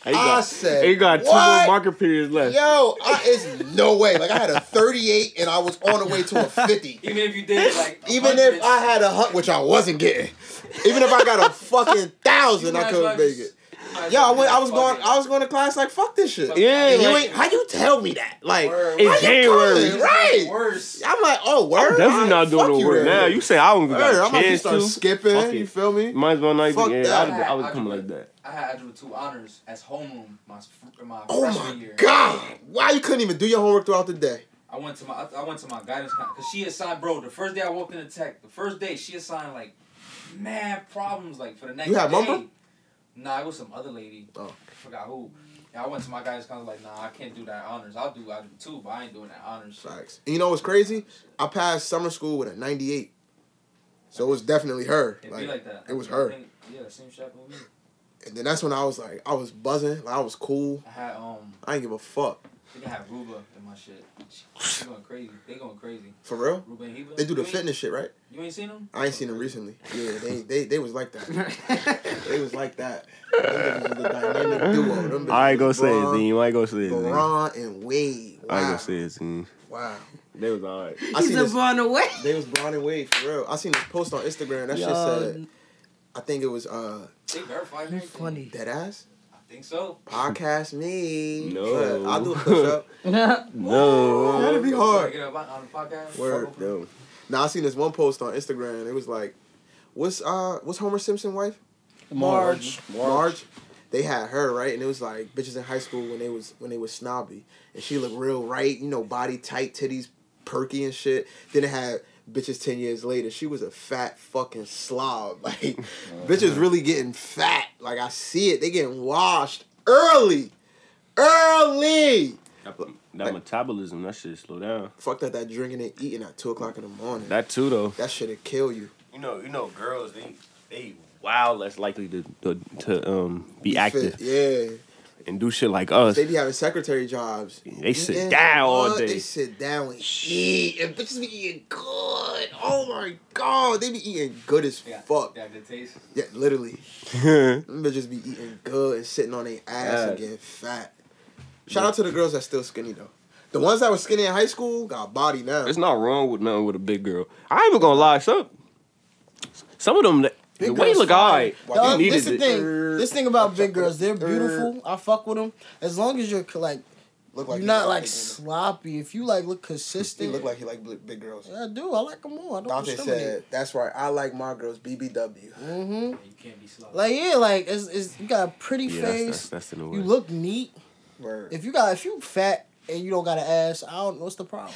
Hey, you got, I said, hey, you got two "What?" more marker periods left. Yo, I, it's no way. Like I had a 38 and I was on the way to a 50. Even if you did like a Even hundred, if I had a hut, which I wasn't getting. Even if I got a fucking you thousand, I might as couldn't well make it. just- might as Yo, I well went. just I was going. fuck it. I was going to class like fuck this shit. Yeah, And you like- ain't. How you tell me that? Like Word, how word. you January. coming? It's right? Worse. I'm like, oh, word. Definitely not doing Fuck no you then. work now. You say I don't even Word, I'm got a about to chance start to. skipping. Fuck You it. feel me? Might as well not Fuck even. Yeah, that. I'd, I was coming like that. I had algebra two honors as homeroom my fr- my Oh freshman my year. god! Why you couldn't even do your homework throughout the day? I went to my I went to my guidance because she assigned bro the first day I walked into tech the first day she assigned like mad problems like for the next You had day. Mumba? Nah, it was some other lady. Oh. I forgot who. And I went to my guidance counselor like nah I can't do that honors I'll do algebra two but I ain't doing that honors. Facts. And you know what's crazy? I passed summer school with a 98, so it was definitely her. It'd be Like, like that. it was I her. think- Yeah, same shit happened with me. and then that's when I was like, I was buzzing. Like, I was cool. I had um I didn't give a fuck. I think I had Ruba in my shit. She going crazy. They going crazy. For real. Ruba and Heba. They do the You ain't- fitness shit, right? You ain't seen them? I ain't seen them recently. Yeah, they they they was like that. they was like that. Them bitches was a dynamic duo. Them bitches I ain't gonna was say it, Bron- Zine. I ain't gonna say it, Zine. Bron and Wade. Wow. I ain't gonna say it, Zine. Wow. They was alright. I He's seen a this. born away. They was Bron and Wade for real. I seen this post on Instagram. That shit said. I think it was uh They verified everything. Funny. dead ass I think so. podcast me. No. But I'll do a push up. No. That'd be Wanna hard. Get up on- on the podcast. Word. Fuck over. No. Now I seen this one post on Instagram. It was like, "What's uh, what's Homer Simpson wife? Marge. Marge. They had her right, and it was like bitches in high school when they was when they was snobby, and she looked real right, you know, body tight, titties perky and shit. Then it had bitches ten years later. She was a fat fucking slob. Like Uh-huh. bitches really getting fat. Like I see it. They getting washed early, early. That, that metabolism, that shit slow down. Fuck that. That drinking and eating at two o'clock in the morning. That too, though. that shit'll kill you. You know, you know, girls they they wow less likely to to, to um be active Fit, Yeah. and do shit like us. They be having secretary jobs. They sit Yeah, down all what? day. They sit down and eat. And bitches be eating good. Oh my god. They be eating good as They got- fuck. They got good taste. Yeah, literally. Them bitches be eating good and sitting on their ass and getting fat. Shout out to the girls that still skinny though. The ones that were skinny in high school got body now. It's not wrong with nothing with a big girl. I ain't even gonna lie. Some some of them, the- the Big way girls look fine. alright. Why Dog, You this needed the it. thing. This thing about big girls, they're beautiful. I fuck with them as long as you're like Look You're he not like like sloppy. If you like look He consistent, look like he like big- big girls. I do. I like them more. I don't Dante discriminate. said, "That's right. I like my girls BBW." Mm-hmm. You can't be slow. Like yeah, like it's, it's you got a pretty Yeah, that's, face. that's, that's in the way. you look neat. Word. If you got if you fat and you don't got an ass, I don't know what's the problem.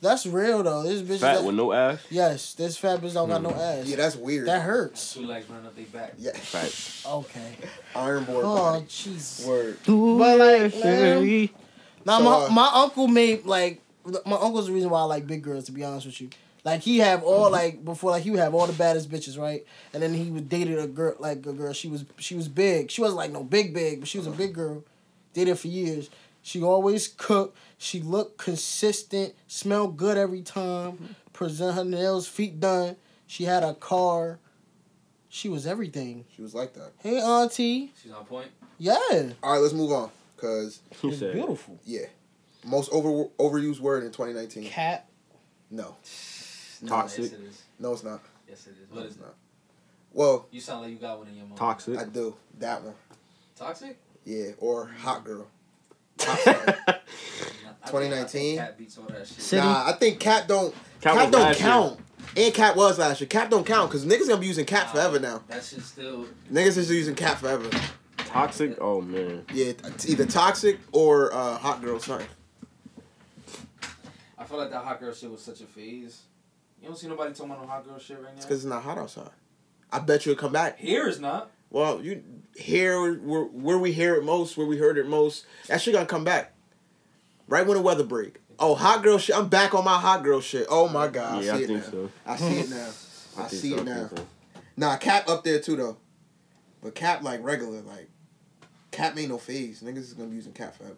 That's real though. This bitch Fat with no ass. Yes, this fat bitch don't got no ass. yeah, that's weird. that hurts. Two legs running up their back. yeah, Fat. Okay. ironboard Oh body. Jesus. Word. But like, man, now So, my uh, my uncle made like my uncle's the reason why I like big girls. To be honest with you, like he have all Mm-hmm. like before like he would have all the baddest bitches, right? And then he would dated a girl like a girl. She was she was big. She wasn't like no big big, but she was a big girl. Dated for years. She always cooked. She looked consistent. Smelled good every Mm-hmm. time. Present her nails, feet done. She had a car. She was everything. She was like that. Hey, auntie. She's on point. Yeah, All right, let's move on. Cause He it's said. beautiful. yeah, most over overused word in 2019. Cat. No, Toxic. Yes, it is. no, it's not. Yes, it is. What is It's it? not. Well, You sound like you got one in your mouth. Toxic. I do that one. Toxic? Yeah, or hot girl. Hot girl. Nah, I think- I think 2019? Cat beats all that shit. City. nah, I think cat don't Cat cat, was don't last year. count. And cat was last year. Cat don't count because niggas gonna be using cat Nah, forever now. That shit still. Niggas is using cat forever. Toxic. Oh man. Yeah, it's either toxic or uh, hot girl. Sorry. I feel like that hot girl shit was such a phase. You don't see nobody talking about no hot girl shit right It's now. because it's not hot outside. I bet you'll come back. Here is not. Well, you here where where we hear it most, where we heard it most. That shit gonna come back. Right when the weather break. Oh, hot girl shit. I'm back on my hot girl shit. Oh my god, yeah, I I see think it now. so. I see it now. I, think see so, it I now. think so. Nah, Cap up there too though. But Cap like regular, like Cap ain't no phase. Niggas is gonna be using Cap forever.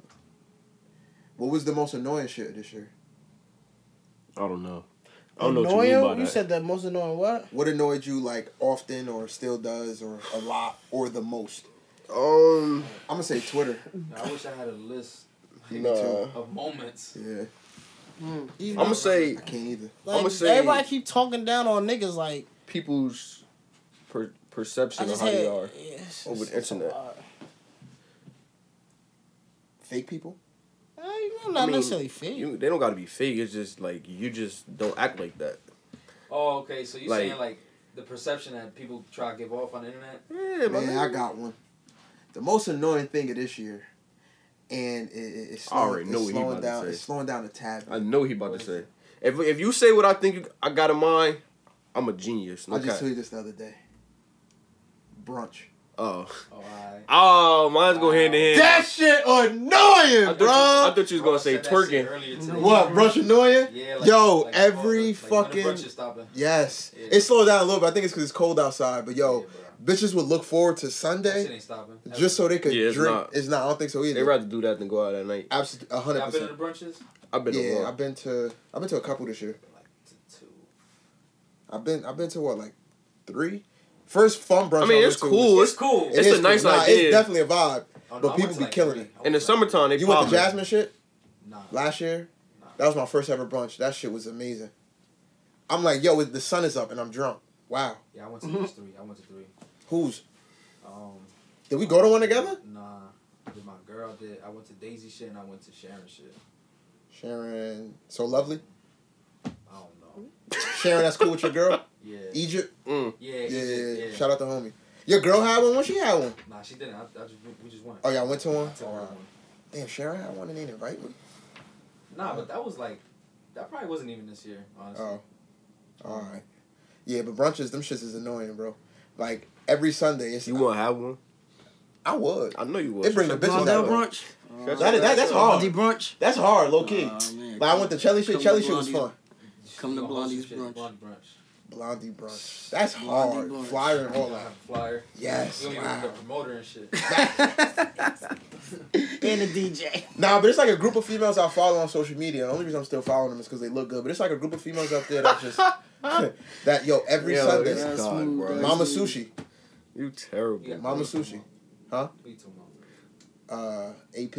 What was the most annoying shit this year? I don't know. I don't know what annoying? you You, mean by that. said the most annoying what? What annoyed you like often or still does or a lot or the most? Um, I'm gonna say Twitter. Nah, I wish I had a list nah. of moments. Yeah, Hmm. I'm gonna say I can't either. Like, I'ma say- everybody keep talking down on niggas. Like people's per- I perception of just how had they are Yes, over it's- the internet. Fake people. eh, you know, not I mean, necessarily fake. You, they don't gotta be fake. It's just like you just don't act like that. Oh, okay. So you Like- saying like the perception that people try to give off on the internet? Yeah, my Man, I nigga. got one. The most annoying thing of this year, and it, it, it's I slowing, already know it's what he slowing about to down. say. It's slowing down the tab. I know he about to say. If if you say what I think you, I got in mind, I'm a genius. No I just cap. tweeted this the other day. Brunch. Oh, Oh, I. oh, mine's go hand in hand. That shit I annoying, thought, you, I bro. thought you was gonna say twerking. What brunch annoying? Yeah, like, yo, like, every like, when the fucking brunch is stopping. yes, Yeah. it slowed down a little bit. I think it's because it's cold outside. But yo, Yeah, bro. bitches would look forward to That shit Sunday ain't stopping. just so they could Yeah, it's drink. not. It's not. I don't think so They either. rather do that than go out at night. Absolutely, hundred Y'all been to the percent. brunches? I've been Yeah, to I've been to I've been to a couple this year. Like t- two. I've been I've been to what like three. First fun brunch. I mean, went it's to cool. was- It's cool. It's it a is nice Nah, idea. it's definitely a vibe. Oh, no, But I went people to, be like, killing three. it. I In the to, like, summertime, they You went popping. to Jasmine shit Nah. last year. nah. That was my first ever brunch. That shit was amazing. I'm like, yo, the sun is up and I'm drunk. Wow, Yeah, I went to these three. I went to three. who's? Um, Did we go to one together? Nah. With my girl did. I went to Daisy shit and I went to Sharon shit. Sharon, so lovely. I don't know. Sharon, that's cool with your girl. Yeah. Egypt, Mm. yeah, yeah, she yeah, did, yeah. Shout out to homie. Your girl had one when she had one. Nah, she didn't. I, I just, we, we just went. Oh, y'all went to one? I took her Wow. to one. Damn, Sharon had one and didn't invite me. Nah, but that was like, that probably wasn't even this year, honestly. Oh. All right. Yeah, but brunches, them shits is annoying, bro. Like every Sunday, it's You want to have one? I would. I know you would. They bring the bitches out. brunch. Shut That, your that, that's ass up. Oh. Blondie hard. brunch. That's hard, low key. Aw, man, but I went to Chelly shit. come Chelly to shit was Blondie's. fun. Come to Gonna host Blondie's this shit, brunch. Blondie brunch. Blondie brunch. That's Blondie hard. brunch. Flyer and all I that. have a flyer. Yes. You don't even Wow. need a promoter and shit. And a DJ. Nah, but it's like a group of females I follow on social media. The only reason I'm still following them is because they look good. But it's like a group of females out there that just that yo every Yo, Sunday. this God, bro. Mama sushi. You terrible. Yeah. Mama sushi. We too much. Uh, AP.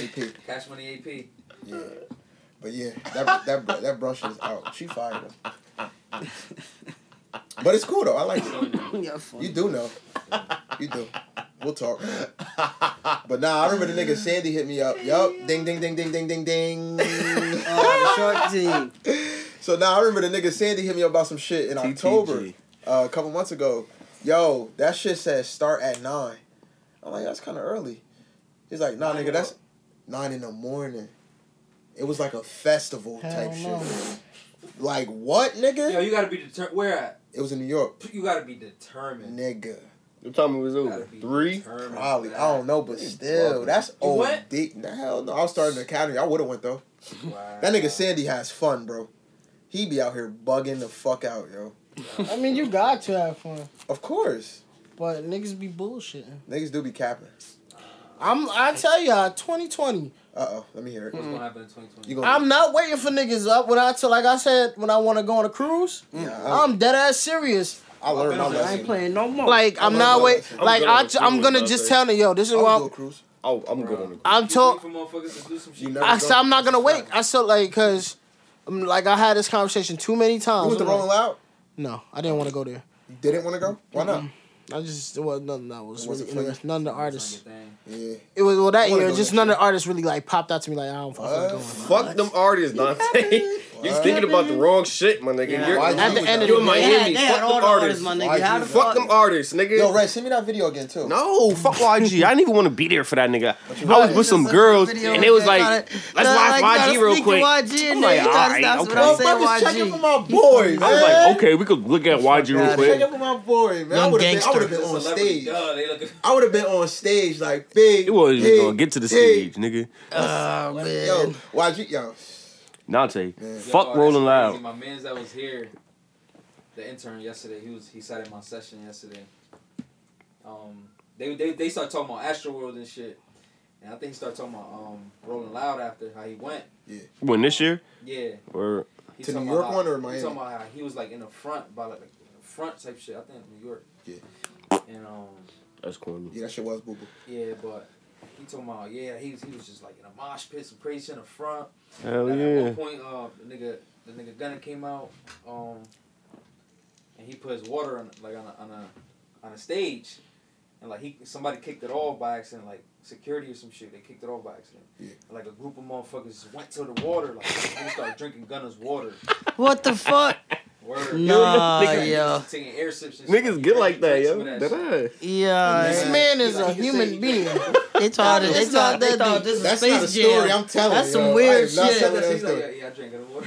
AP. Cash Money AP. Yeah. But yeah, that that br- that brush is out. She fired him. But it's cool though. I like it. Yeah, You funny. do know. You do. We'll talk. But nah, I remember the nigga Sandy hit me up. Yup. Ding ding ding ding ding ding ding. Oh, the short team. So now I remember the nigga Sandy hit me up about some shit in October, uh, a couple months ago. Yo, that shit says start at nine. I'm like, that's kind of early. He's like, nah, nigga, that's nine in the morning. It was like a festival type shit. Like what, nigga? Yo, you gotta be determined. Where at? It was in New York, You gotta be determined. nigga. What time it was Gotta over? be Three. determined, Probably, man. I don't know, but still, that's old. went? Dick. Nah, Hell no, I was starting the academy. I would have went though. Wow. That nigga Sandy has fun, bro. He be out here bugging the fuck out, yo. I mean, you got to have fun, Of course, but niggas be bullshitting. niggas do be capping. I'm. I tell y'all, 2020. Uh oh, let me hear it. What's gonna happen in 2020? You gonna? I'm not waiting for niggas up when I tell. Like I said, when I want to go on a cruise, Yeah, I'm dead ass serious. Uh-huh. I, I learned my I lesson. playing no more. Like I'm I'm not gonna- wait. I'm Like gonna I, go ju- to I'm cruise gonna on just Thursday. tell them, yo, this is I would what go I'm. cruise. Oh, I'm good on it. I'm You wait told. for motherfuckers to do some shit. You never I go. said I'm not gonna wait. I said like, cause, um, like I had this conversation too many times. You went to I'm Rolling like, Loud. no, I didn't want to go there. You didn't want to go. Why not? I just well, none that was It wasn't really for you? interest- none of the It's artists. like a thing. Yeah. It was well that wanna year. go Just next none of year. the artists really like popped out to me like I don't fucking go. What? Fuck them artists, Dante. you thinking about the wrong shit, my nigga. Yeah. You're, Why At you the end was out of you the in day, They Miami. had- they fuck had them all the artists, artists. my Why'd nigga. you How the fuck Fuck fuck? them artists, nigga. Yo, Red, send me that video again too. No, fuck YG. I didn't even want to be there for that nigga. I was right. with some Just a girls, video and it was again. like, Gotta- let's gotta, watch like, gotta YG real sneak the quick. YG in I'm there. like, You gotta alright, stop okay. what I'm saying. Motherfuckers YG. checking for my boy, man. I was like, okay, we could look at YG real Check quick. up with my boy, man. I Young would have been, I gangster. would've been on Celebrity, stage. Duh, they looking. I would have been on stage like big. It wasn't big, even gonna get to the big. stage, nigga. Oh Yo, man. YG, yo, Nante, Yo, fuck that's Rolling crazy. Loud. My man's that was here, the intern yesterday. He was he sat in my session yesterday. Um, they they they started talking about Astroworld and shit, and I think he started talking about um Rolling Loud after how he went. When this year Yeah. or He To talking New York about one how- or He Miami? talking about how he was like in the front by like, like in the front type shit. I think New York. Yeah. And um. that's corny. yeah, that shit was boo boo. Yeah, but he talking about yeah, he was he was just like in a mosh pit, some crazy shit in the front. Hell And At yeah. one point, uh, the nigga the nigga Gunna came out, um, and he put his water on like on a on a on a stage, and like he somebody kicked it off by accident, like security or some shit. They kicked it off by accident. Yeah. And, like a group of motherfuckers just went to the water, like and started drinking Gunna's water. What the fuck? Word. Nah, Niggas just yo. Taking air sips. And shit, Niggas like, get like that, yo. drinking some of That shit. ass. This Yeah. man is a human being. They thought it. They It's not thought they that thought deep. this was That's not a Space story Jam. I'm telling. That's yo. some I weird am not shit. telling that He's like, story. yeah, yeah, I drink it. Water.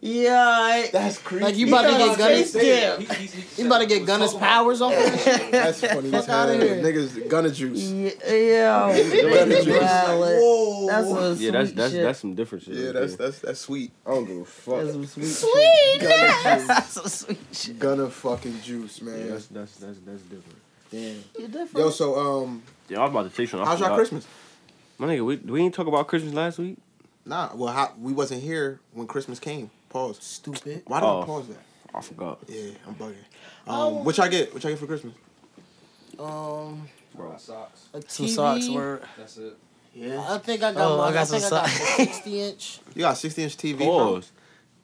Yeah. I- That's creepy. Like you about to get Gunna's, Jam. He- he- he you said about to he get was Gunna's talking about- powers off of this shit. That's funny as Fuck outta hell. here. Niggas gunna juice. Mm. Yeah. Gunna juice. Valid. Whoa. That's some Yeah, that's sweet that's shit. that's some different shit. yeah, right that's there. that's that's sweet. I don't give a fuck. That's some sweet. sweet. Gunna juice. That's some sweet shit. Gunna fucking juice, man. Yeah, that's that's that's that's different. Damn. You're different. Yo, so um, Yeah, I was about to say something. I how's y'all forgot. Christmas? My nigga, we we ain't talk about Christmas last week. Nah, well, how, we wasn't here when Christmas came. Pause. Stupid. Why did Oh. I pause that? I forgot. Yeah, I'm bugging. Oh. Um, what y'all get? What y'all get for Christmas? Um, My socks. a TV. Some socks were. That's it. I think I got. Oh, I mine. I got some think I got socks. my 60 inch. You got a 60 inch TV, bro? Pause.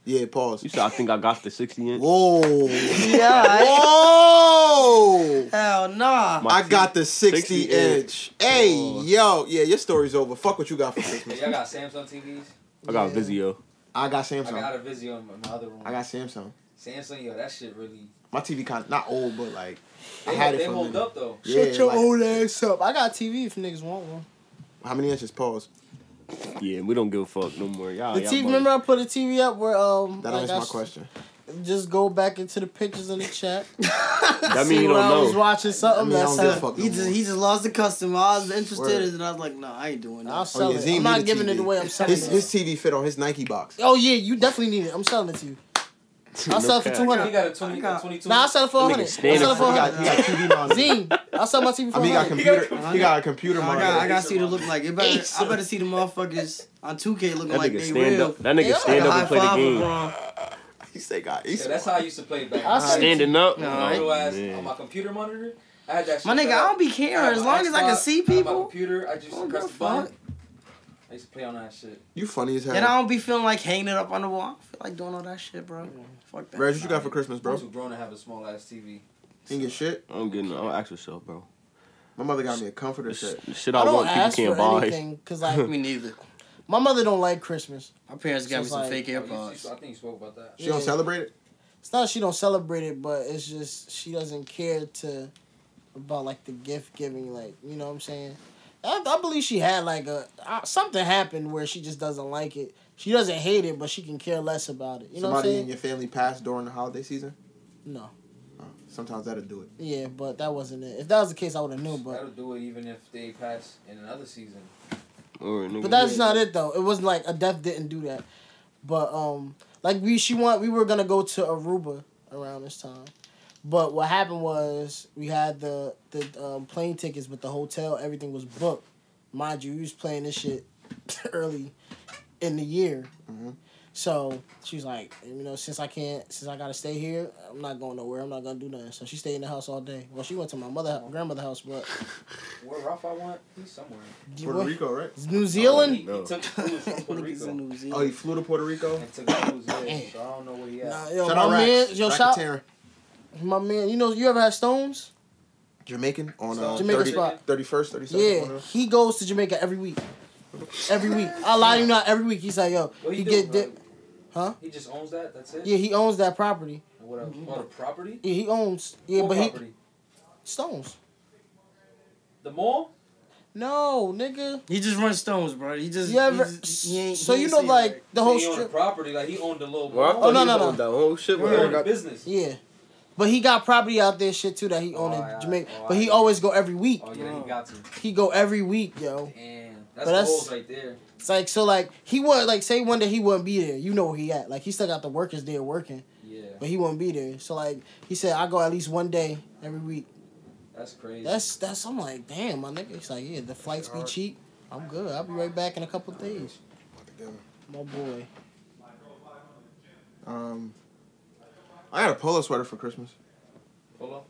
Yeah, pause. You said I think I got the sixty inch. Whoa. Yeah. Whoa! Hell nah. My I t- got the 60, 60 inch. Hey, yo. Yeah, your story's over. Fuck what you got for Christmas. Y'all got Samsung TVs? I got Yeah. Vizio. I got I got Samsung. a Vizio in my other room. I got Samsung. Samsung, yo, that shit really. My TV kind of, not old, but like, I They, had it they for a hold minute. up though. Yeah, Shut your like- old ass up. I got TV if niggas want one. How many inches? Pause. Yeah, we don't give a fuck no more. Oh, Y'all, The y'all TV. bugging. Remember I put a TV up where um. That like, answers I my sh- question. Just go back into the pictures in the chat. That see mean you when don't I was know. watching something. That mean I that's don't give a how- fuck no He just more. he just lost the customer. I was interested Word. and I was like, no, I ain't doing I'll that. sell Oh, yeah, it. Zine I'm need not a giving it TV. away. I'm selling His, it. his TV fit on his Nike box. oh yeah, you definitely need it. I'm selling it to you. I'll sell it for cap. two He hundred. got a 20, got- 22. Nah, I'll sell it for That nigga hundred. I'll standing sell it for He hundred. got, he got TV monitor. Zine, I'll sell my TV for I mean, he got hundred. computer. He got a computer I got I monitor. got to see the look like it better. I better see the motherfuckers on 2K looking That like nigga they stand real. up. That nigga Yeah, stand up High and play the five, game. LeBron. He say got. yeah, that's how I used to play back. I'll I send it Standing up. Nah, Oh, real ass man. on my computer monitor. I had that shit. My nigga, set I up. don't be I caring had as my long as I can Xbox, see I had my people. computer, I just I don't press give the a button. fuck. I used to play on that shit. You funny as hell. And I don't be feeling like hanging it up on the wall. I don't feel like doing all that shit, bro. Fuck that. Reg, what you got for Christmas, Bro, bro? too grown to have a small ass TV. Ain't get shit. I'm getting. I'm ask yourself, bro. My mother got me a comforter set. The shit I, I don't want, ask people for can't buy. anything because like Me neither. my mother don't like Christmas. My parents got me Just some like- fake You- Oh, you- I AirPods. think you spoke about that. She don't Yeah. celebrate it. It's not that she don't celebrate it, but it's just she doesn't care to about like the gift giving. Like you know what I'm saying. I, I believe she had like a uh, something happened where she just doesn't like it. She doesn't hate it, but she can care less about it. You know what I'm Somebody in saying? your family passed during the holiday season. Uh, No. Sometimes that'll do it. Yeah, but that wasn't it. If that was the case, I would have knew. But That'll do it even if they pass in another season. Or, nigga, But that's not it though. It wasn't like a death didn't do that. But um like we she want we were gonna go to Aruba around this time. But what happened was we had the the um, plane tickets but the hotel, everything was booked. Mind you, we was playing this shit early in the year. Mm-hmm. So she was like, you know, since I can't, since I gotta stay here, I'm not going nowhere. I'm not gonna do nothing. So she stayed in the house all day. Well, she went to my mother, grandmother's house, but Where Ralph I want, he's somewhere. Puerto Rico, right? New He, Zealand. he took the food from Puerto Niggas in Rico New Oh, Zealand. he flew to Puerto Rico. and took the food, yeah, so I don't know where he at. Nah, yo, shout my out man, Rax. yo, shout, Racketeering. My man, you know, you ever had Stones? Jamaican on uh, Jamaican 30, spot. 31st, 32nd. one Yeah, of them. he goes to Jamaica every week. Every week, I lie to you not. Every week, he's like, yo, What he he doing, get dip. bro? Huh? He just owns that. That's it. Yeah, he owns that property. And What a, what a property. Yeah, he owns. Yeah, what but property? he Stones. The mall. No, nigga. He just runs stones, bro. He just. You ever? he just- he ain't- so he you ain't know, say like the So whole he owned a strip. property. Like he owned the little Well, I mall. Oh, thought Oh, no, he no, was no. on That whole shit. He when I owned a got- business. Yeah, but he got property out there, shit too, that he owned Oh, in yeah. Jamaica. Oh, but I he see. always go every week. Oh yeah, he got to. He go every week, yo. Damn, But that's that's- goals right there. It's like so, like he would like say one day he wouldn't be there. You know where he at? Like he still got the workers there working. Yeah, but he won't be there. So like he said, I go at least one day every week. that's crazy. That's that's I'm like, damn, my nigga. He's like, yeah, the flights be cheap. I'm good. I'll be right back in a couple days. My boy. Um, I got a polo sweater for Christmas. pull up.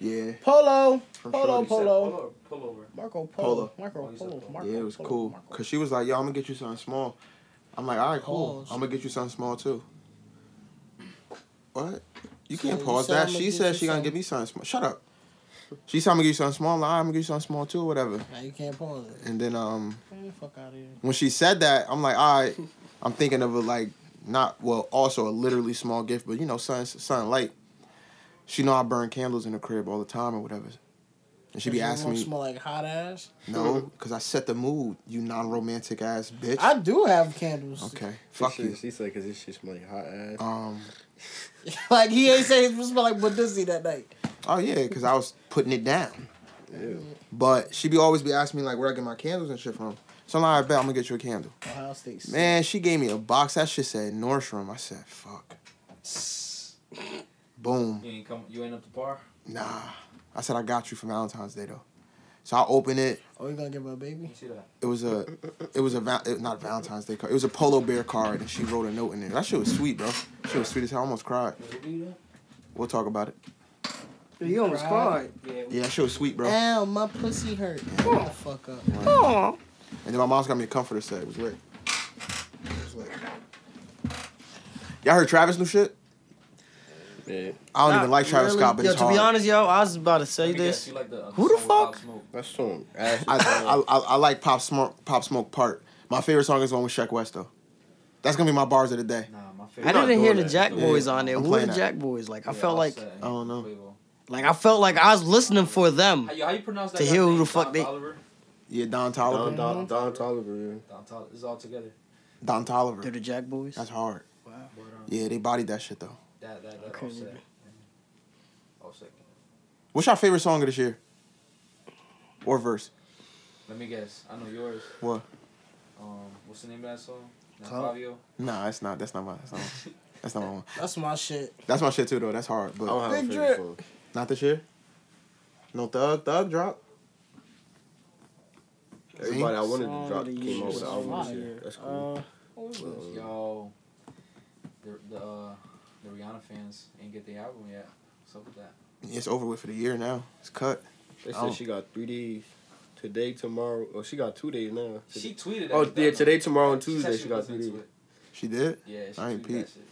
Yeah. Polo, From polo, Shorty. Pull polo. up. Pull over. Marco Polo. Polo, Marco Oh, he said Polo, polo. Marco. Yeah, it was Polo, cool. Marco. Cause she was like, "Yo, I'm gonna get you something small." I'm like, "All right, cool. Pause. I'm gonna get you something small too." What? You can't So you pause said that. I'ma She get said you she gonna something. give me something small. Shut up. She said I'm gonna get you something small. I'm like, "All right, I'm gonna get you something small too, or whatever. Nah, you can't pause it. And then um, Get the fuck out of here. when she said that, I'm like, "All right." I'm thinking of a like not well, also a literally small gift, but you know, something something light. She know I burn candles in the crib all the time or whatever, and she be Your asking room me, Smell like hot ass. "No," because I set the mood. You non-romantic ass bitch. I do have candles. Okay. Fuck She- you. She said, because this shit smell like hot ass. Um. like he ain't saying it smell like Badizzi that night. Oh yeah, because I was putting it down. Ew. But she be always be asking me like where I get my candles and shit from. So I'm like, I bet I'm gonna get you a candle. Ohio State. Man, she gave me a box. That shit said Nordstrom. I said, fuck. Boom. You ain't come. You ain't up to par. Nah. I said I got you for Valentine's Day though. So I opened it. Oh, you gonna give her a baby? You see that? It was a, it was a val- it- not Valentine's Day card. It was a Polo Bear card, and she wrote a note in there. That shit was sweet, bro. She was sweet as hell. I almost cried. What do you We'll talk about it. You almost cried. do? Yeah. Yeah, that shit was sweet, bro. Ow, my pussy hurt. Shut the fuck up. And then my mom's got me a comforter set. It was lit. It was lit. Y'all heard Travis new shit? Yeah. I don't Not even like Travis really. Scott, but yo, it's to hard. be honest, yo, I was about to Let say me guess, this. you like the, Who the song with Pop fuck? Smoke. That's some ass. I, I, I, I like Pop Smoke Pop Smoke part. My favorite song is the one with Sheck West though. That's gonna be my bars of the day. Nah, my favorite. I didn't hear doing the that. Jack Boys on there. I'm Who were playing the that. Jack Boys? Like I Yeah, felt like, Offset and I don't know. Quavo. like I felt like I was listening for them. How you, how you pronounce that? To guy's hear who name? the fuck Don they- Toliver? Yeah, Don Tolliver. Don, Don, Don, Don Tolliver, yeah. Don Tol- It's all together. They're Tolliver. the Jack Boys. That's hard. Wow. But, um, Yeah, they bodied that shit though. That that that couldn't offset. even- Offset. What's your favorite song of this year? Or verse? Let me guess. I know yours. What? Um, what's the name of that song? Now Club? Fabio. Nah, that's not. That's not my. That's not. My, that's not my one. That's my shit. That's my shit too though. That's hard, I don't but have Big a favorite song. not this year. No thug. Thug drop. Everybody I wanted Song to of drop the came year out was with an album this fire. year. That's cool. Uh, Um, Yo, the the uh, the Rihanna fans ain't get the album yet. What's up with that? It's over with for the year now. It's cut. They Oh. said she got three days. Today, tomorrow. Oh, she got two days now. She tweeted. Oh, that- yeah, today, tomorrow, and She said Tuesday, she she got was three into days. it. She did. Yeah, she I I ain't tweeted peep. that shit.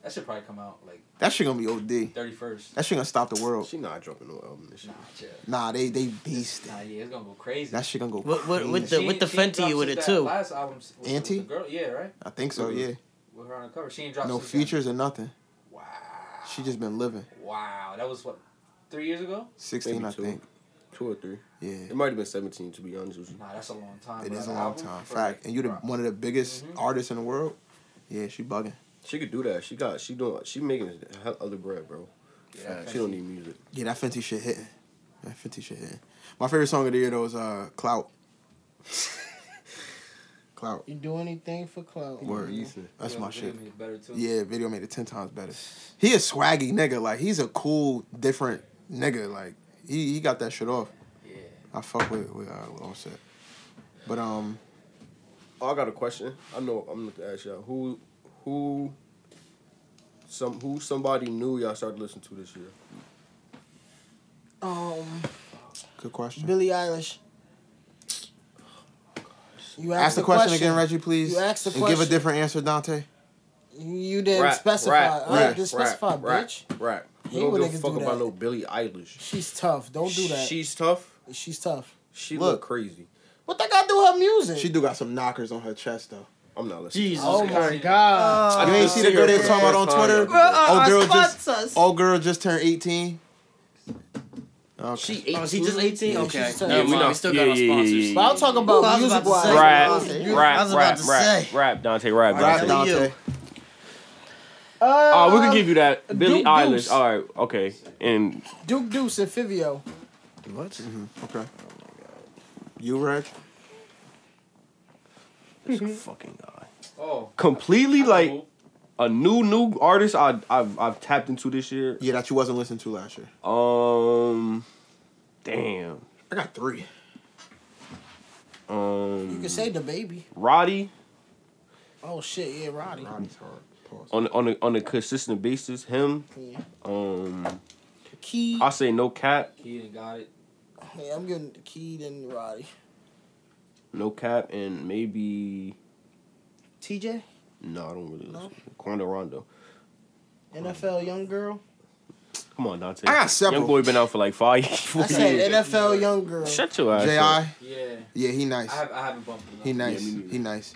That should probably come out like That shit gonna be OD. thirty first. That shit gonna stop the world. She not dropping no album this year. Nah, chill. Nah, they they beast it. Nah, yeah, it's gonna go crazy. That shit gonna go. What- what- what crazy. the- with ain't- she ain't Fenty dropped with since it, that too. Last album, with- with Auntie? the girl, yeah, right. I think so. Yeah. With her on the cover, she ain't dropped No since then. features or nothing. Wow. She just been living. Wow, that was what three years ago. Sixteen, Maybe I two. think. Two or three. Yeah. It might have been 17, to be honest with you. Nah, that's a long time. It bro. is a That long album, time. bro, Fact. And you the bro. one of the biggest Mhm. artists in the world. Yeah, she bugging. She could do that. She got, she doing, she making hell other bread, bro. Yeah, she don't need music. Yeah, that Fenty shit hitting. That Fenty shit hitting. My favorite song of the year though is uh Clout. Clout. You do anything for clout. Word. Decent. That's Yeah, my the shit. video made it Better too. Yeah, video made it ten times better. He a swaggy nigga. Like he's a cool, different nigga. Like he, he got that shit off. Yeah. I fuck with with uh, with Offset. But um, Oh, I got a question. I know I'm going to ask y'all. Who, who, some, who somebody knew y'all started listening to this year? Um, good question. Billie Eilish. You ask the question, again, Reggie, please. You asked the and give question. a different answer, Dante. You didn't Rap, specify. rap, I rap, didn't specify, rap, rap, bitch. Rap. Hate You don't when give a niggas fuck do about that. no Billie Eilish. She's tough. Don't do that. She's tough. She's tough. She Look. look, crazy. What that got to do with her music? She do got some knockers on her chest though. I'm not listening. Jesus. oh Christ. my Uh, god. you ain't see the girl they was talking about on Twitter? old girl just oh. old girl just turned eighteen. Okay. She Oh, she just 18? Yeah, okay. she's Never tough. mind. Yeah, We still yeah, got our yeah, yeah, sponsors. yeah, but I'll talk Ooh, I about was music about to wise. say. Rap, Ooh, I rap, was about rap, to rap, say. rap, Dante, rap, Alright, Rap Dante. that was Dante. Uh, Oh, we could give you that. Billie Duke Deuce. Eilish. All right, okay. And Duke Deuce and Fivio. What? Mm-hmm. Okay. You Reg? this fucking guy. Oh. Completely like cool. a new new artist I I've I've tapped into this year. Yeah, that you wasn't listening to last year. Um damn. I got three. Um You Mm. can say the baby. Roddy Oh shit, yeah, Roddy. Roddy's hard. Pause. on on a, on a consistent basis, him. Yeah. Um Key. I say no cap, He didn't got it. Yeah, I'm getting Key and Roddy. no cap and maybe TJ, no, I don't really No? listen. Quando Rondo. NFL young girl. Come on, Dante. I got several. Young boy been out for like five I years. said NFL young girl. Shut your ass. up. J.I. Yeah. Yeah, he nice. I, have, I haven't bumped him. He up. nice. he nice.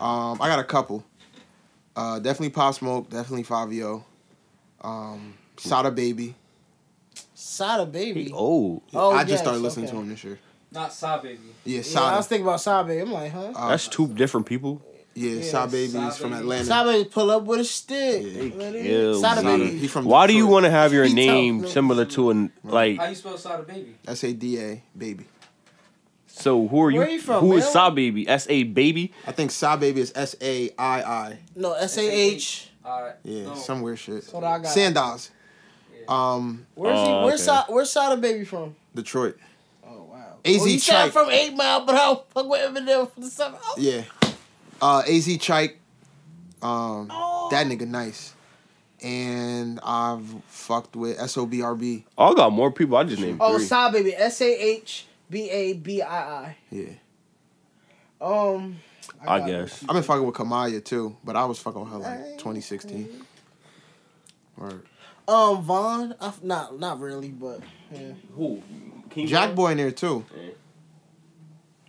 Um, I got a couple. Uh, definitely Pop Smoke. Definitely Fabio. Um, Sada Baby. Sada baby. He old. Oh, I just yes, started listening okay. to him this year. Not Sa Baby. Yeah, Yeah, I was Sada. thinking about Sada baby. I'm like, huh? Uh, That's two different people. yeah, yeah, Sada Baby Sada is from Baby. Atlanta. Sada baby pull up with a stick. Uh, Yeah. Let it- Kill Sada me. Sada. baby. He from Why do you want to have your He tough, name man. similar to an like? How you spell Sa Baby? to? S A D A Baby. So who are you? Where you from, who is Maryland? Sa Baby? S A Baby. I think Sada Baby is S A I I. No, S A H. Alright. Yeah, no. some weird shit. That's what I got. Sandals. Yeah. Um, Where's he? Oh, Where's okay. Sa- Where's Sada baby from? Detroit. Oh wow. AZ oh, he Trike. sound from Eight Mile, but I don't fuck with Eminem from the South. Oh, Yeah. Uh, AZ Chike. Um, that nigga nice. And I've fucked with SOBRB. Oh, I got more people. I just named oh three. Sada baby. S A H B A B I Yeah. I. Um. I got guess. it. I've been fucking with Kamaya too, but I was fucking with her like 2016. Word. Um, Vaughn. I f- not not really, but yeah. Who? King Jack Boy in there too. Yeah.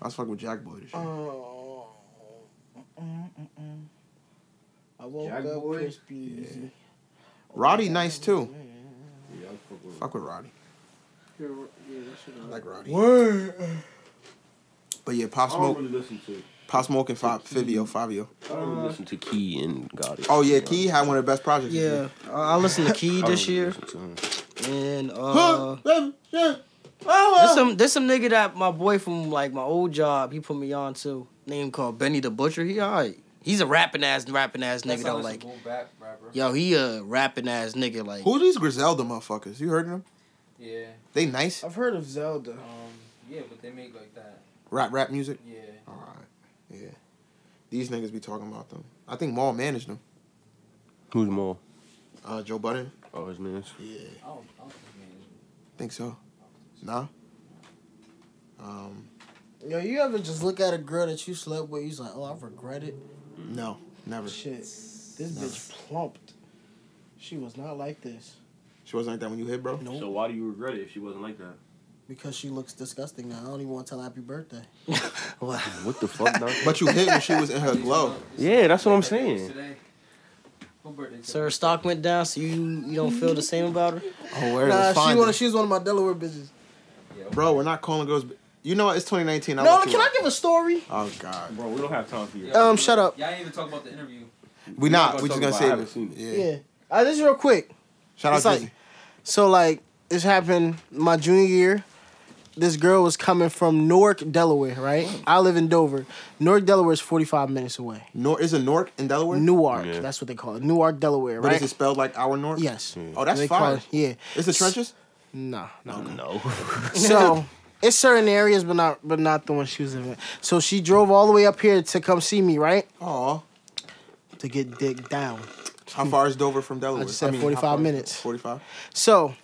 I was fucking with Jack Boy this year. Um, mm, mm, mm. I woke Jack up Boy? crispy. easy. Roddy nice too. Yeah, I fuck with her. Fuck with Roddy. Yeah, that should've I been- like Roddy. Word. But yeah, Pop I don't Smoke, really listen to. Pop Smoke and Fab, Fivio, Fabio. I don't really listen to Key and Gotti. Oh yeah, Key had one of the best projects. this Yeah, year. uh, I listened to Key I don't this really year, listen to him. and uh, Huh? Oh, Yeah, yeah. there's some there's some nigga that my boy from like my old job he put me on to. Name called Benny the Butcher. He alright. He's a rapping ass rapping ass nigga That's though. not Like a back rapper. yo, he a rapping ass nigga. Like Who are these Griselda motherfuckers? You heard of them? Yeah. They nice. I've heard of Zelda. Um. Yeah, but they make like that. Rap rap music. Yeah. Alright. Yeah. These niggas be talking about them. I think Maul managed them. Who's more? Uh Joe Budden. Oh, his man. Yeah. I don't. I don't think man. Think so. Nah. Um Yo, you ever just look at a girl that you slept with? He's like, oh, I regret it. no, never. Shit, this bitch plumped. She was not like this. She wasn't like that when you hit, bro. Nope. So why do you regret it if she wasn't like that? Because she looks disgusting now. I don't even want to tell her happy birthday. What the fuck, dog? But you hit when she was in her glow. yeah, that's what I'm saying. Today. What birthday is So her stock went down, so you you don't feel the same about her. Oh, where Nah, she one. Of, she was one of my Delaware bitches. Bro, we're not calling girls. b- You know what? It's 2019. no, let can you- I give a story? Oh God, Bro, we don't have time for you. today? Um, shut up. Y'all ain't even talk about the interview. we not. We just gonna say. I haven't seen it. Yeah. Yeah. Uh, this is real quick. Shout out It's to like- So like this happened my junior year. This girl was coming from Newark, Delaware, right? I live in Dover. Newark, Delaware is 45 minutes away. Nor is it Nork in Delaware? Newark, Yeah. that's what they call it. Newark, Delaware, But right? is it spelled like our Nork? yes. Oh, that's They call fire. it- yeah. Is it trenches? Nah, no. No. Oh so it's certain areas, but not but not the one she was in. So she drove all the way up here to come see me, right? Oh, To get dick down. how far is Dover from Delaware? just said how 45 far is- minutes. 45. So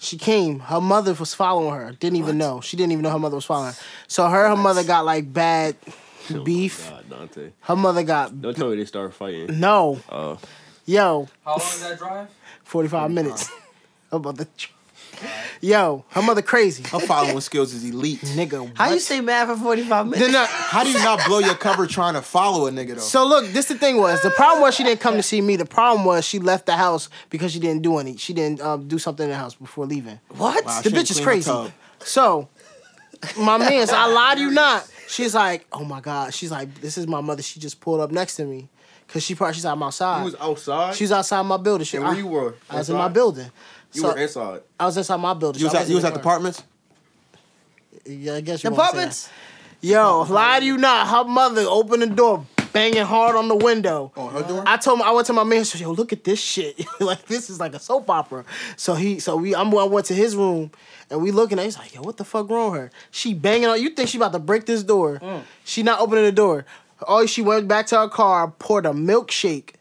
she came. Her mother was following her. Didn't even know. She didn't even know her mother was following her. So her and her mother got like bad beef. God, Dante. Her mother got Don't tell me they start fighting. no. Oh. Yo, How long did that drive? 45 minutes. about the Yo, her mother crazy. Her following skills is elite. Nigga, How you what? stay mad for forty five minutes? Then, uh, How do you not blow your cover trying to follow a nigga though? So look, this the thing was the problem was she didn't come to see me. The problem was she left the house because she didn't do any. She didn't um, do something in the house before leaving. What? Wow, the she ain't bitch is clean her crazy. tub. So, my man's, I lie to you not. She's like, oh my god. She's like, this is my mother. She just pulled up next to me, cause she probably she's out my You side. was outside. She's outside my building. She, and where I, you were? I was in my Inside? building. You So, were inside. I was inside my building. you was so I at you was wasn't at the apartments. in- Yeah, I guess you The wanna say puppets. that. Yo, lie to you not. Her mother opened the door, banging hard on the window. On Oh, her door. I told him I went to my man. So yo, look at this shit. like this is like a soap opera. So he, so we, I'm, I went to his room, and we looking at. He's like, yo, what the fuck wrong with her? She banging on. You think she about to break this door? Mm. She not opening the door. Oh, she went back to her car, poured a milkshake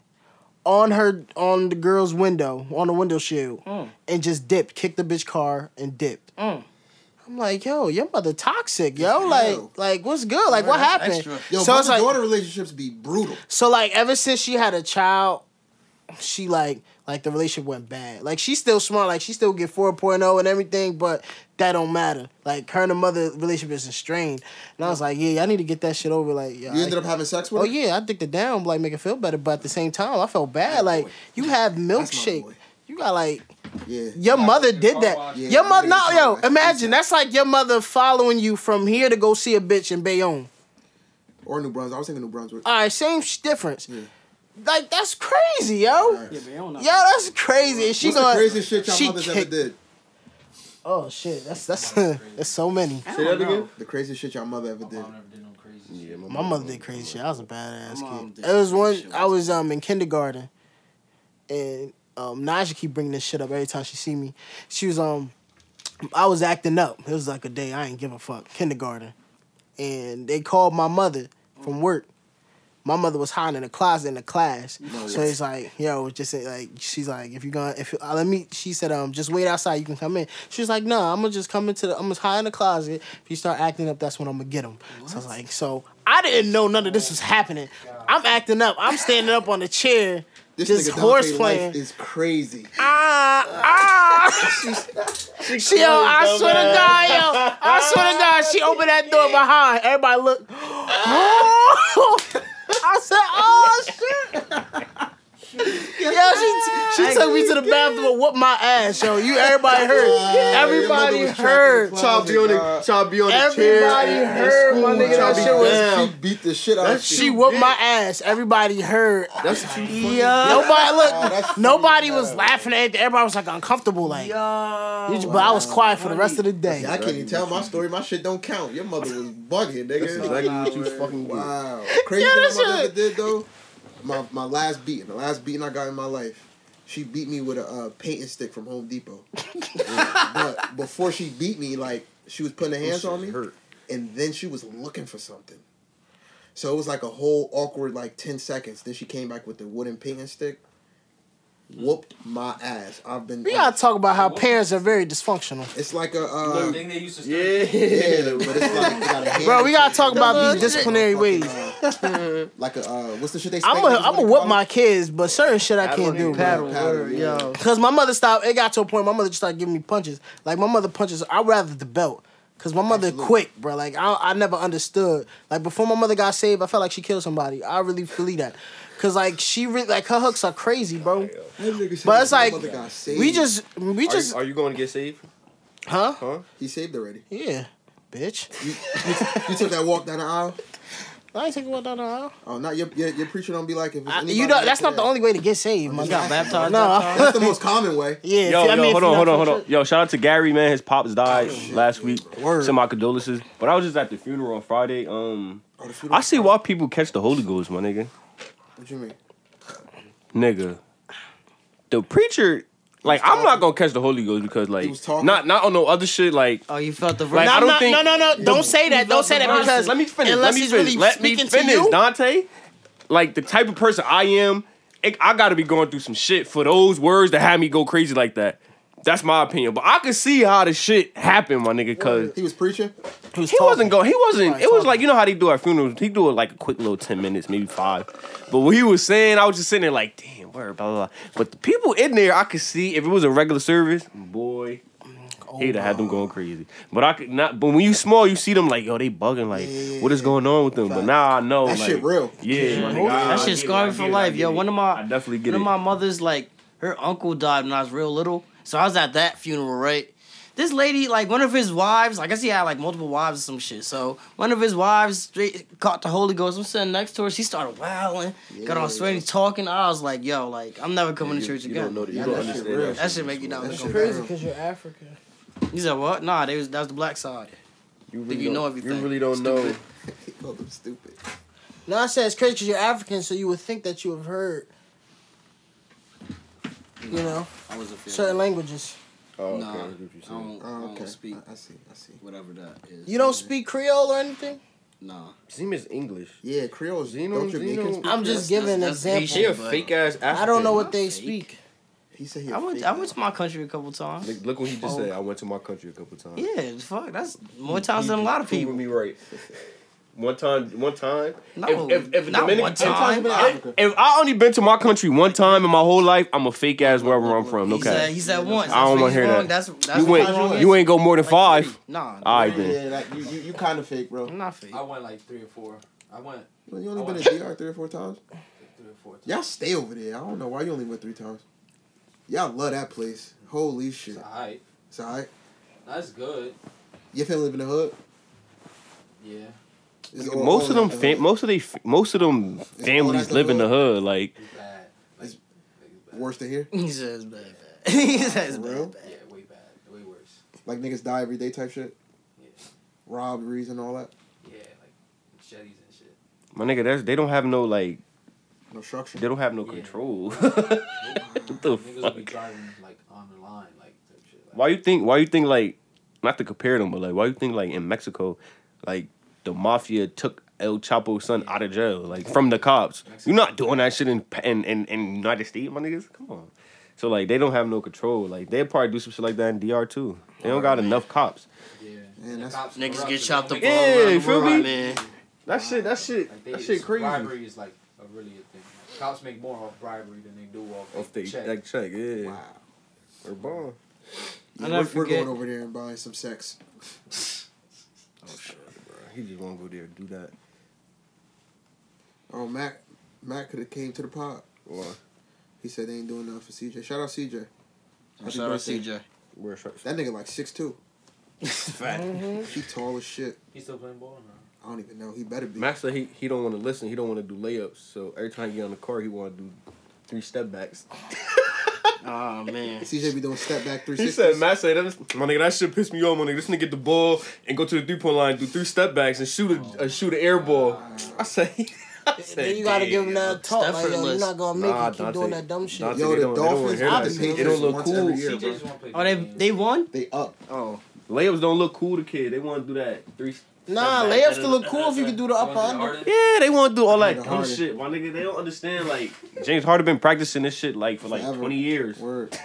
on her on the girl's window on the window shield, Mm. and just dipped. Kicked the bitch car and dipped. I'm like, yo, your mother toxic, yo. Like, like what's good? Like, what happened? Yo, So it's mother like- daughter relationships be brutal. so like ever since she had a child, she like like the relationship went bad. Like she's still smart, like she still get 4.0 and everything, but that don't matter. Like her and the mother relationship isn't strained. And I was like, yeah, I need to get that shit over. Like, yeah, You I- ended up having sex with oh her? yeah, I dicked it down, like make it feel better. But at the same time, I felt bad. Like you have milkshake, boy. you got like Yeah. your mother the did car that. wash. Yeah, your you mother, did no, the car yo, wash. imagine that's like your mother following you from here to go see a bitch in Bayonne. Or New Brunswick. I was thinking New Brunswick. All right, same sh- difference. Yeah. Like that's crazy, yo. Yeah, Yo, that's crazy. And she What's going. the craziest shit y'all she mothers ever kicked- did? Oh shit, that's that's that's so many. Say that again. The craziest shit y'all mother ever My did. mom never did no crazy shit. Yeah, My mother did crazy shit. I was a badass My mom kid. did It was crazy one. shit. I was um in kindergarten, and um Naja keep bringing this shit up every time she see me. She was um, I was acting up. It was like a day I ain't give a fuck. Kindergarten, and they called my mother from work. My mother was hiding in the closet in the class, so it's like, yo, just say, like she's like, if you're gonna, if uh, let me, she said, um, just wait outside, you can come in. She's like, no, I'm gonna just come into the, I'm gonna hide in the closet. If you start acting up, that's when I'm gonna get him. So I was like, so I didn't know none of this was happening. I'm acting up. I'm standing up on the chair, This just nigga Dante horse life playing. is crazy. Ah, ah. she, yo, I swear to God, yo, I swear to God, she opened that door behind. Everybody look. Oh, I said, oh shit. Yo, she, she took me to the bathroom and whooped my ass, yo. You, everybody heard. Everybody heard. Child be on the child be on the chair. Everybody in- in heard, my school, nigga, that child be shit was- down. She beat the shit out of She whooped my ass. Everybody heard. That's what you Nobody look. nobody was laughing at it. Everybody was like uncomfortable, like. Oh, You ju- but I was quiet for the rest of the day. I can't even tell my story. My shit don't count. Your mother was bugging, nigga. That's exactly what you fucking get. Wow. Crazy Yeah, thing that my mother shit- ever did though. My my last beating, the last beating I got in my life. She beat me with a uh, painting stick from Home Depot. but before she beat me, like she was putting her hands on me, Hurt. and then she was looking for something. So it was like a whole awkward like ten seconds. Then she came back with the wooden painting stick, whooped my ass. I've been. We gotta talk about how parents are very dysfunctional. It's like a The uh, thing they used to Yeah. stir- yeah, but it's like they got a hand Bro, we gotta talk about these Fucking, disciplinary ways. uh, like a uh, what's the shit they? uh, I'm spank gonna I'm niggas with gonna in whip college? my kids, but certain shit I I don't can't do. even bro. paddle, paddle, word, yeah. yo. Cause my mother stopped. It got to a point. My mother just started giving me punches. Like my mother punches. I would rather the belt. Cause my mother Absolutely. quick, bro. Like I, I never understood. Like before my mother got saved, I felt like she killed somebody. I really believe that. Cause like she really like her hooks are crazy, bro. That nigga said But it's his like mother got saved. we just we just are you going to get saved? huh he saved already. yeah, bitch. You, you, you took that walk down the aisle. I ain't taking one down the aisle. Oh, not your, your, your preacher don't be like if it's I- anybody You know out that's not the there- only way to get saved. My You got guy. baptized. No, No. I- That's the most common way. yeah. if Yo, you- I yo, mean, if hold you're not on, hold on, from hold on. church- Yo, shout out to Gary, man. His pops Oh, died last week. Word. Send my condolences. But I was just at the funeral on Friday. Um, Oh, the funeral- I see why people catch the Holy Ghost, my nigga. What you mean? Nigga, the preacher. Like, I'm not gonna catch the Holy Ghost because, like, was talking. not not on no other shit. Like, Oh, you felt the Like, verse. No, I don't no, think- no, no, no. Don't say that. Don't say that Honestly, because let me finish. Unless Let me he's finish. really let me speaking finish, to you. Dante. Like the type of person I am, it, I gotta be going through some shit for those words to have me go crazy like that. That's my opinion. But I could see how the shit happened, my nigga, cause He was preaching. he wasn't going. He wasn't. Right, It was talking. like you know how they do our funerals. He do it like a quick little ten minutes, maybe five. But what he was saying, I was just sitting there like, damn, word, blah blah. blah. But the people in there, I could see if it was a regular service, boy, he'd have had them going crazy. But I could not. But when you small, you see them like, yo, they bugging. Like, what is going on with them? But now I know That like, shit real. Yeah, my nigga, I- That I get shit it, I scarred get for it, I life, get yo. it. One of my I definitely get one it. of my mother's like her uncle died when I was real little, so I was at that funeral, right? This lady, like one of his wives, I guess he had like multiple wives or some shit. So one of his wives straight caught the Holy Ghost. I'm sitting next to her. She started wowing, got all sweaty, talking. I was like, yo, like I'm never coming to church You again. don't know that. You Nah, don't that shit understand real. that. That shit make you not That look shit over. crazy because you're African. You said what? Nah, they was that was the black side. You Think really you know don't- everything. You really don't know. Stupid. He called him stupid. No, I said it's crazy 'cause you're African, so you would think that you have heard, you know, I was a fan. certain languages. Oh, okay. Nah, I get what you're I saying. Um, don't, I Oh, don't okay. speak I, I see. I see. whatever that is. You don't speak Creole or anything. Nah. Zim is English. Yeah, Creole. Xeno- Don't Jamaicans Xeno- speak I'm Creole? just giving an that's- that's example. Asian. She a fake ass African. I don't know what Not they fake. speak. He said he. a I went fake I guy. went to my country a couple times. Look, look what he just said. I went to my country a couple times. Oh. Yeah, fuck. That's more times than a lot of Proving people. me right. One time, one time. No, if, if, if not Dominican, one if- time. If, If I only been to my country one time in my whole life, I'm a fake ass wherever I'm from. He said, Okay, he said once. I don't That's want what to hear he's wrong. that. That's, that's you what he's wrong went. is. You ain't go more than Like five. three. Nah. All right then. Yeah, that, you you, you kind of fake, bro. I'm You not fake. I went like three or four. I went only been I to went- DR three or four times. three or four. Times. Y'all stay over there. I don't know why you only went three times. Y'all love that place. Holy shit. It's alright. It's alright. That's good. Your family live in the hood. Yeah. It's all- Most all of them, that- fam- most of they, most of them families the live in the hood. Like, It's bad. Like, It's- it's bad. Worse to hear. He says bad, bad. he says For bad, real? bad. Yeah, way bad. Way worse. Like niggas die every day type shit. Yeah. Robberies and all that. Yeah, like machetes and shit. my nigga, that's, they don't have no like, No structure. they don't have no Yeah. control. what the Niggas will be fuck? driving like on the line, like type shit. Like, Why you think? Why you think like, not to compare them, but like, why you think like in Mexico, like the mafia took El Chapo's son out of jail, like from the cops. You're not doing that shit in in in, in United States, my niggas. Come on. So like, they don't have no control. Like they probably do some shit like that in DR too. They don't got enough cops. Yeah. Man, that's- cops Niggas corrupt, get so chopped they up all don't Yeah, make- around the feel world, me? man. That shit. That shit. Like, they- That shit it's- crazy. Bribery is like a really a thing. Cops make more off bribery than they do off, Off the check. check, check yeah. Wow. Or bomb. Yeah, I we're, never we're forget- going over there and buying some sex. Oh, He just won't go there and do that. Oh, Mac, Mac could have came to the pod. Or He said they ain't doing nothing for CJ. Shout out CJ. Happy Shout out birthday. CJ. wear shirts. That nigga like 6'2". Fat. He tall as shit. He still playing ball now. I don't even know. He better be. Max said he, he don't want to listen. He don't want to do layups. So every time he get on the car, he want to do three step backs. Oh, man. CJ be doing step back He 360. said, Matt said, that- my nigga, that shit pissed me off, my nigga. This nigga get the ball and go to the three point line, do three step backs, and shoot a, uh, shoot an air ball. I say, I say Ah. Then you gotta give them that talk. Like, yo, you're effortless. not gonna make Nah, it. Keep Dante. doing that dumb shit. Dante, Yo, they the don't- they don't wanna Dolphins hear got that. the They don't Patriots look once cool. every year, CJ bro. just want to play. Oh, they they won? They up. Oh. Layups don't look cool to kid. They want to do that three. Nah, layups to look cool if you can do the upper under. Yeah, they want to do all that Nigga dumb Harden. shit. My nigga, they don't understand. Like James Harden been practicing this shit like for like Forever. twenty years. Word.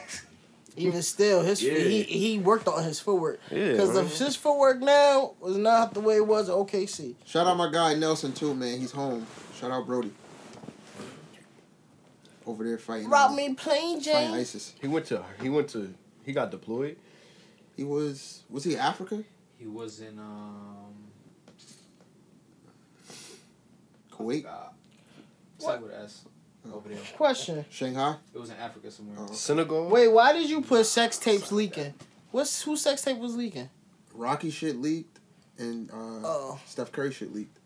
Even still, his Yeah. he he worked on his footwork Yeah, because man. his footwork now was not the way it was at OKC. Shout out my guy Nelson too, man. He's home. Shout out Brody. Over there fighting. Rob uh, me plain Fighting Jane. ISIS. He went to he went to he got deployed. He was was he Africa? He was in um. Kuwait, Uh, start with a S over there. Question. Shanghai. It was in Africa somewhere. Uh-huh. Oh. Senegal. Wait, why did you put sex tapes leaking? What's who sex tape was leaking? Rocky shit leaked, and uh, Oh, Steph Curry shit leaked.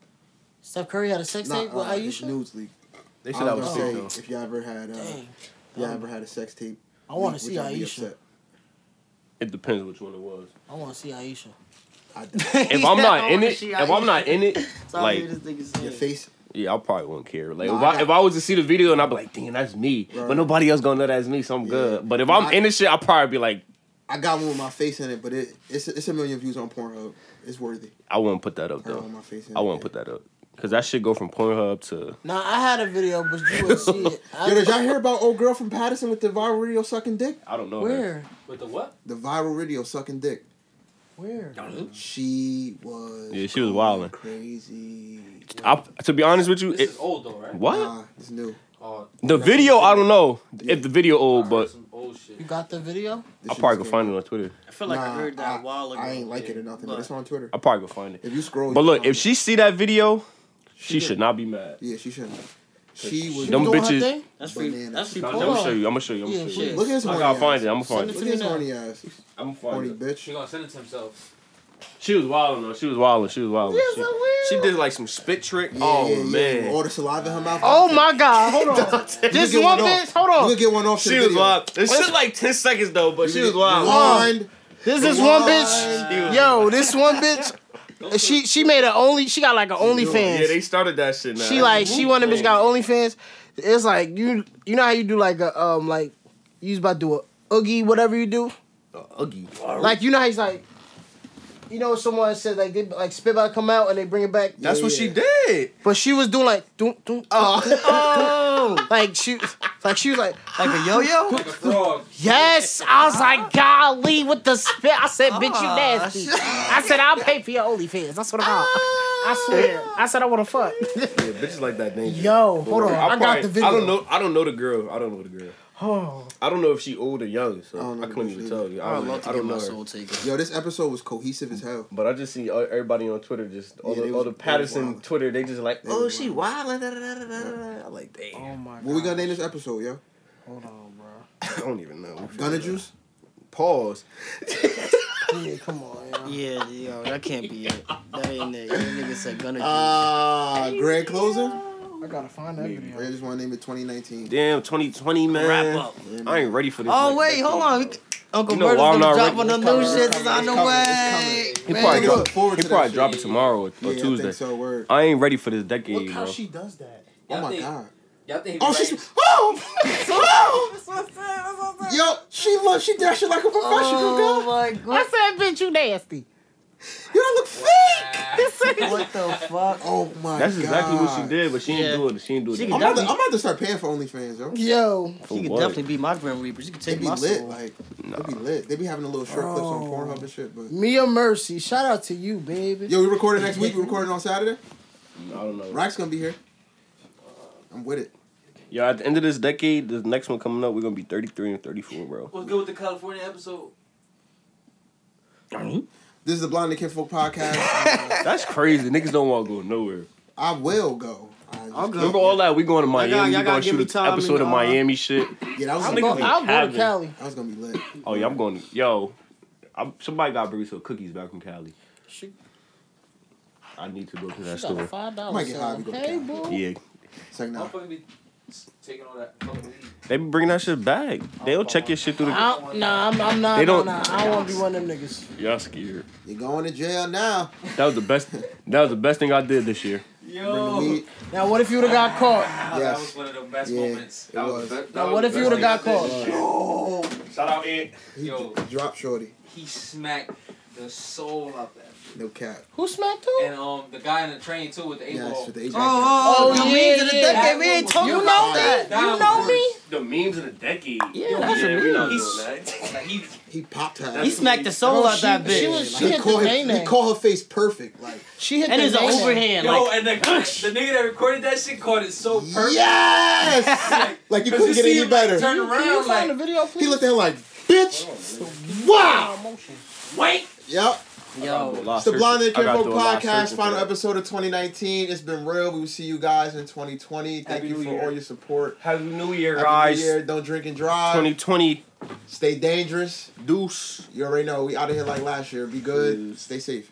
Steph Curry had a sex tape with uh, Aisha. news leaked. They I said I was Oh. gonna sick say though. if you ever had, uh, Dang, if you ever had a sex tape. I want leak, to see would y'all be Aisha. upset? It depends which one it was. I want to see Aisha. If I'm not in Yeah, it, she- if I'm not in it, So I like hear this nigga Your saying. face. yeah, I probably wouldn't care. Like Nah, if I I got- if I was to see the video and I'd be like, damn, that's me, Right. but nobody else gonna know that's me, so I'm Yeah. good. But if Nah, I'm I- in the shit, I'll probably be like, I got one with my face in it, but it, it's it's a million views on Pornhub. It's worthy. I wouldn't put that up Her though. with my face in I it. wouldn't put that up because that shit go from Pornhub to Nah, I had a video, but you would see it. I, Yo, did y'all hear about old girl from Patterson with the viral video sucking dick? I don't know her. where? With the what? The viral video sucking dick. Where? She was. Yeah, she was going wildin'. Crazy. I, to be honest with you, This it, is old though, right? what Nah, it's new. Oh, the video? I don't know if the video old, I heard Oh, but some old shit. You got the video? This I shit probably just could came find it on Twitter. I feel like I Nah, heard that I- a while ago. I ain't like it or nothing, but it's on Twitter. I probably could find it. If you scroll, But you look, find if it. she see that video, she did. should not be mad. yeah, she shouldn't. She was. Them You doing her bitches- thing? That's free. Banana. That's free. Nah, Hold I'm gonna on. show you. I'm gonna show you. I'm Yeah, gonna show you. Look at his I horny gotta ass. find it. I'm gonna find Send Look it. at his horny ass. I'm gonna Horny find it. She bitch. gonna send it to himself. She was wilding though. She was wilding. She was wilding. She, She did like some spit trick. Yeah, oh yeah, yeah. man. All the saliva in her mouth. Oh my god! Hold on. this You could get one one off. bitch. Hold You on. could get one off. to She the was video. wild. It shit like ten seconds though, but she was wild. Rewind. This is one bitch. Rewind. She was- Yo, this one bitch. She she made a only. She got like an OnlyFans. Yeah, they started that shit. Now. She like she one of them bitch got OnlyFans. It's like you you know how you do like a um like you was about to do a oogie whatever you do. Uggy. Like you know how he's like. You know, someone said like they like spit about to come out and they bring it back. That's what Yeah, she yeah. did. But she was doing like, doom, doom, oh, like she, like she was like, Like a yo-yo? Like a frog. yes. I was like, golly, with the spit. I said, bitch, Ah, you nasty. I said, I'll pay for your OnlyFans. That's what I'm on. I Ah. swear. I said, I want to fuck. Yeah, bitches like that name. Yo, hold on. I, got the video. I don't know. I don't know the girl. I don't know the girl. Oh, I don't know if she old or young. So I don't know I, the couldn't bitch even either. tell you. I I don't, would love to I get don't my know her. soul taken. Yo, this episode was cohesive as hell. But I just see all- everybody on Twitter just all Yeah, they the all was- the they was Patterson wildin'. Twitter. They just like, They oh, was she wildin'. wildin'. da, da, da, da, da, da." I'm like, damn. Oh my god. What we gonna name this episode, yo? Hold on, bro. I don't even know. Gunna Juice? Pause. Yeah, come on, yo. Yeah, yo, that can't be it. That ain't it. That nigga said gonna Ah, Grand Closer? I gotta find that video. I just wanna name it 2019. damn, 2020 man. wrap up. I ain't ready for this. Oh nigga. wait, hold on. We- Uncle You know Murder's why I'm gonna not drop ready? on the new shit that's on the way. It's He coming. probably We drop. look forward He to probably that drop it shit. tomorrow or, or Yeah, I Tuesday. think so, word. I ain't ready for this decade, Look how bro. she does that. Oh Y'all my think, god. Y'all think he Oh, writes- she's. Oh! oh! Yo, she look, she dashing like a professional Oh girl. my god. I said, bitch, you nasty. You don't look fake! What the fuck? Oh my That's god. exactly what she did, but she Yeah. didn't do it. She didn't do it. She I'm that could much. about, to, I'm about to start paying for OnlyFans, yo. Yo, For She could Oh, what? definitely be my Grim Reaper. She could They take be my lit, soul. like they be lit. They be having the little short clips on Pornhub and shit. But Mia Mercy. Shout out to you, baby. yo, we recording next week. We recording on Saturday. I don't know. Rack's gonna be here. I'm with it. Yeah, at the end of this decade, this next one coming up, we're gonna be 33 and 34, bro. What's good with the California episode? This is the Blind and Kinfolk podcast. Uh, That's crazy. Niggas don't want to go nowhere. I will go. I just I'll go. can't. Remember all that? We going to Miami. gotta- y'all we gotta going give to shoot me an time episode and, of uh, Miami shit. Yeah, that was I'll gonna go, be, I'll go to having- Cali. that was gonna be lit. Oh yeah, I'm going. Yo, I'm, somebody got to bring some cookies back from Cali. She, I need to go to that she got store. five dollars. Might get high, we go to Oh, Hey, Cali. boo. Yeah, Second now. Motherfucker be s- taking all that fucking weed. they be bringing that shit back. They'll check your shit through the. I don't, nah, I'm, I'm not. They don't- Nah, nah, I don't want to be one of them niggas. Y'all scared. You're going to jail now. That was the best. That was the best thing I did this year. Bring Oh. the weed. Now, what if you would have got caught? Ah, That Yes. was one of the best Yeah, moments. it That was. the best- that Now, was what the if best you would have thing got I did. caught? Shout out, Ant. He Yo. d- dropped shorty. He smacked the soul out that. No cap. Who smacked who? And um, the guy in the train too with the A Yes, ball. with the Asian. Oh, Oh, the means of the yeah, yeah. decade. We ain't talking You about know that. me. You know me. the memes of the decade. Yeah, that's a we meme. not doing that. Like he, He popped her. He smacked the soul Bro, out that she- she bitch. was- He hit call the her, nay-nay. he call her face perfect. Like She hit and the it's an nail. overhand. yo, like, and the, the nigga that recorded that shit called it so Oh, perfect. yes, like you 'Cause couldn't get see any him, like, better. turn Can you around find the like video, please? Ah, He looked at him like, bitch. Wow. wait. Yep. yo, It's the Blonde and I got Careful through a lot of podcast, searching final for that. episode of 2019. It's been real. We will see you guys in 2020. Thank Happy you New for Year. all your support. Happy New Year, Happy guys. New Year. Don't drink and drive. 2020 Stay dangerous. Deuce. You already know. We out of here like last year. Be good. Stay safe.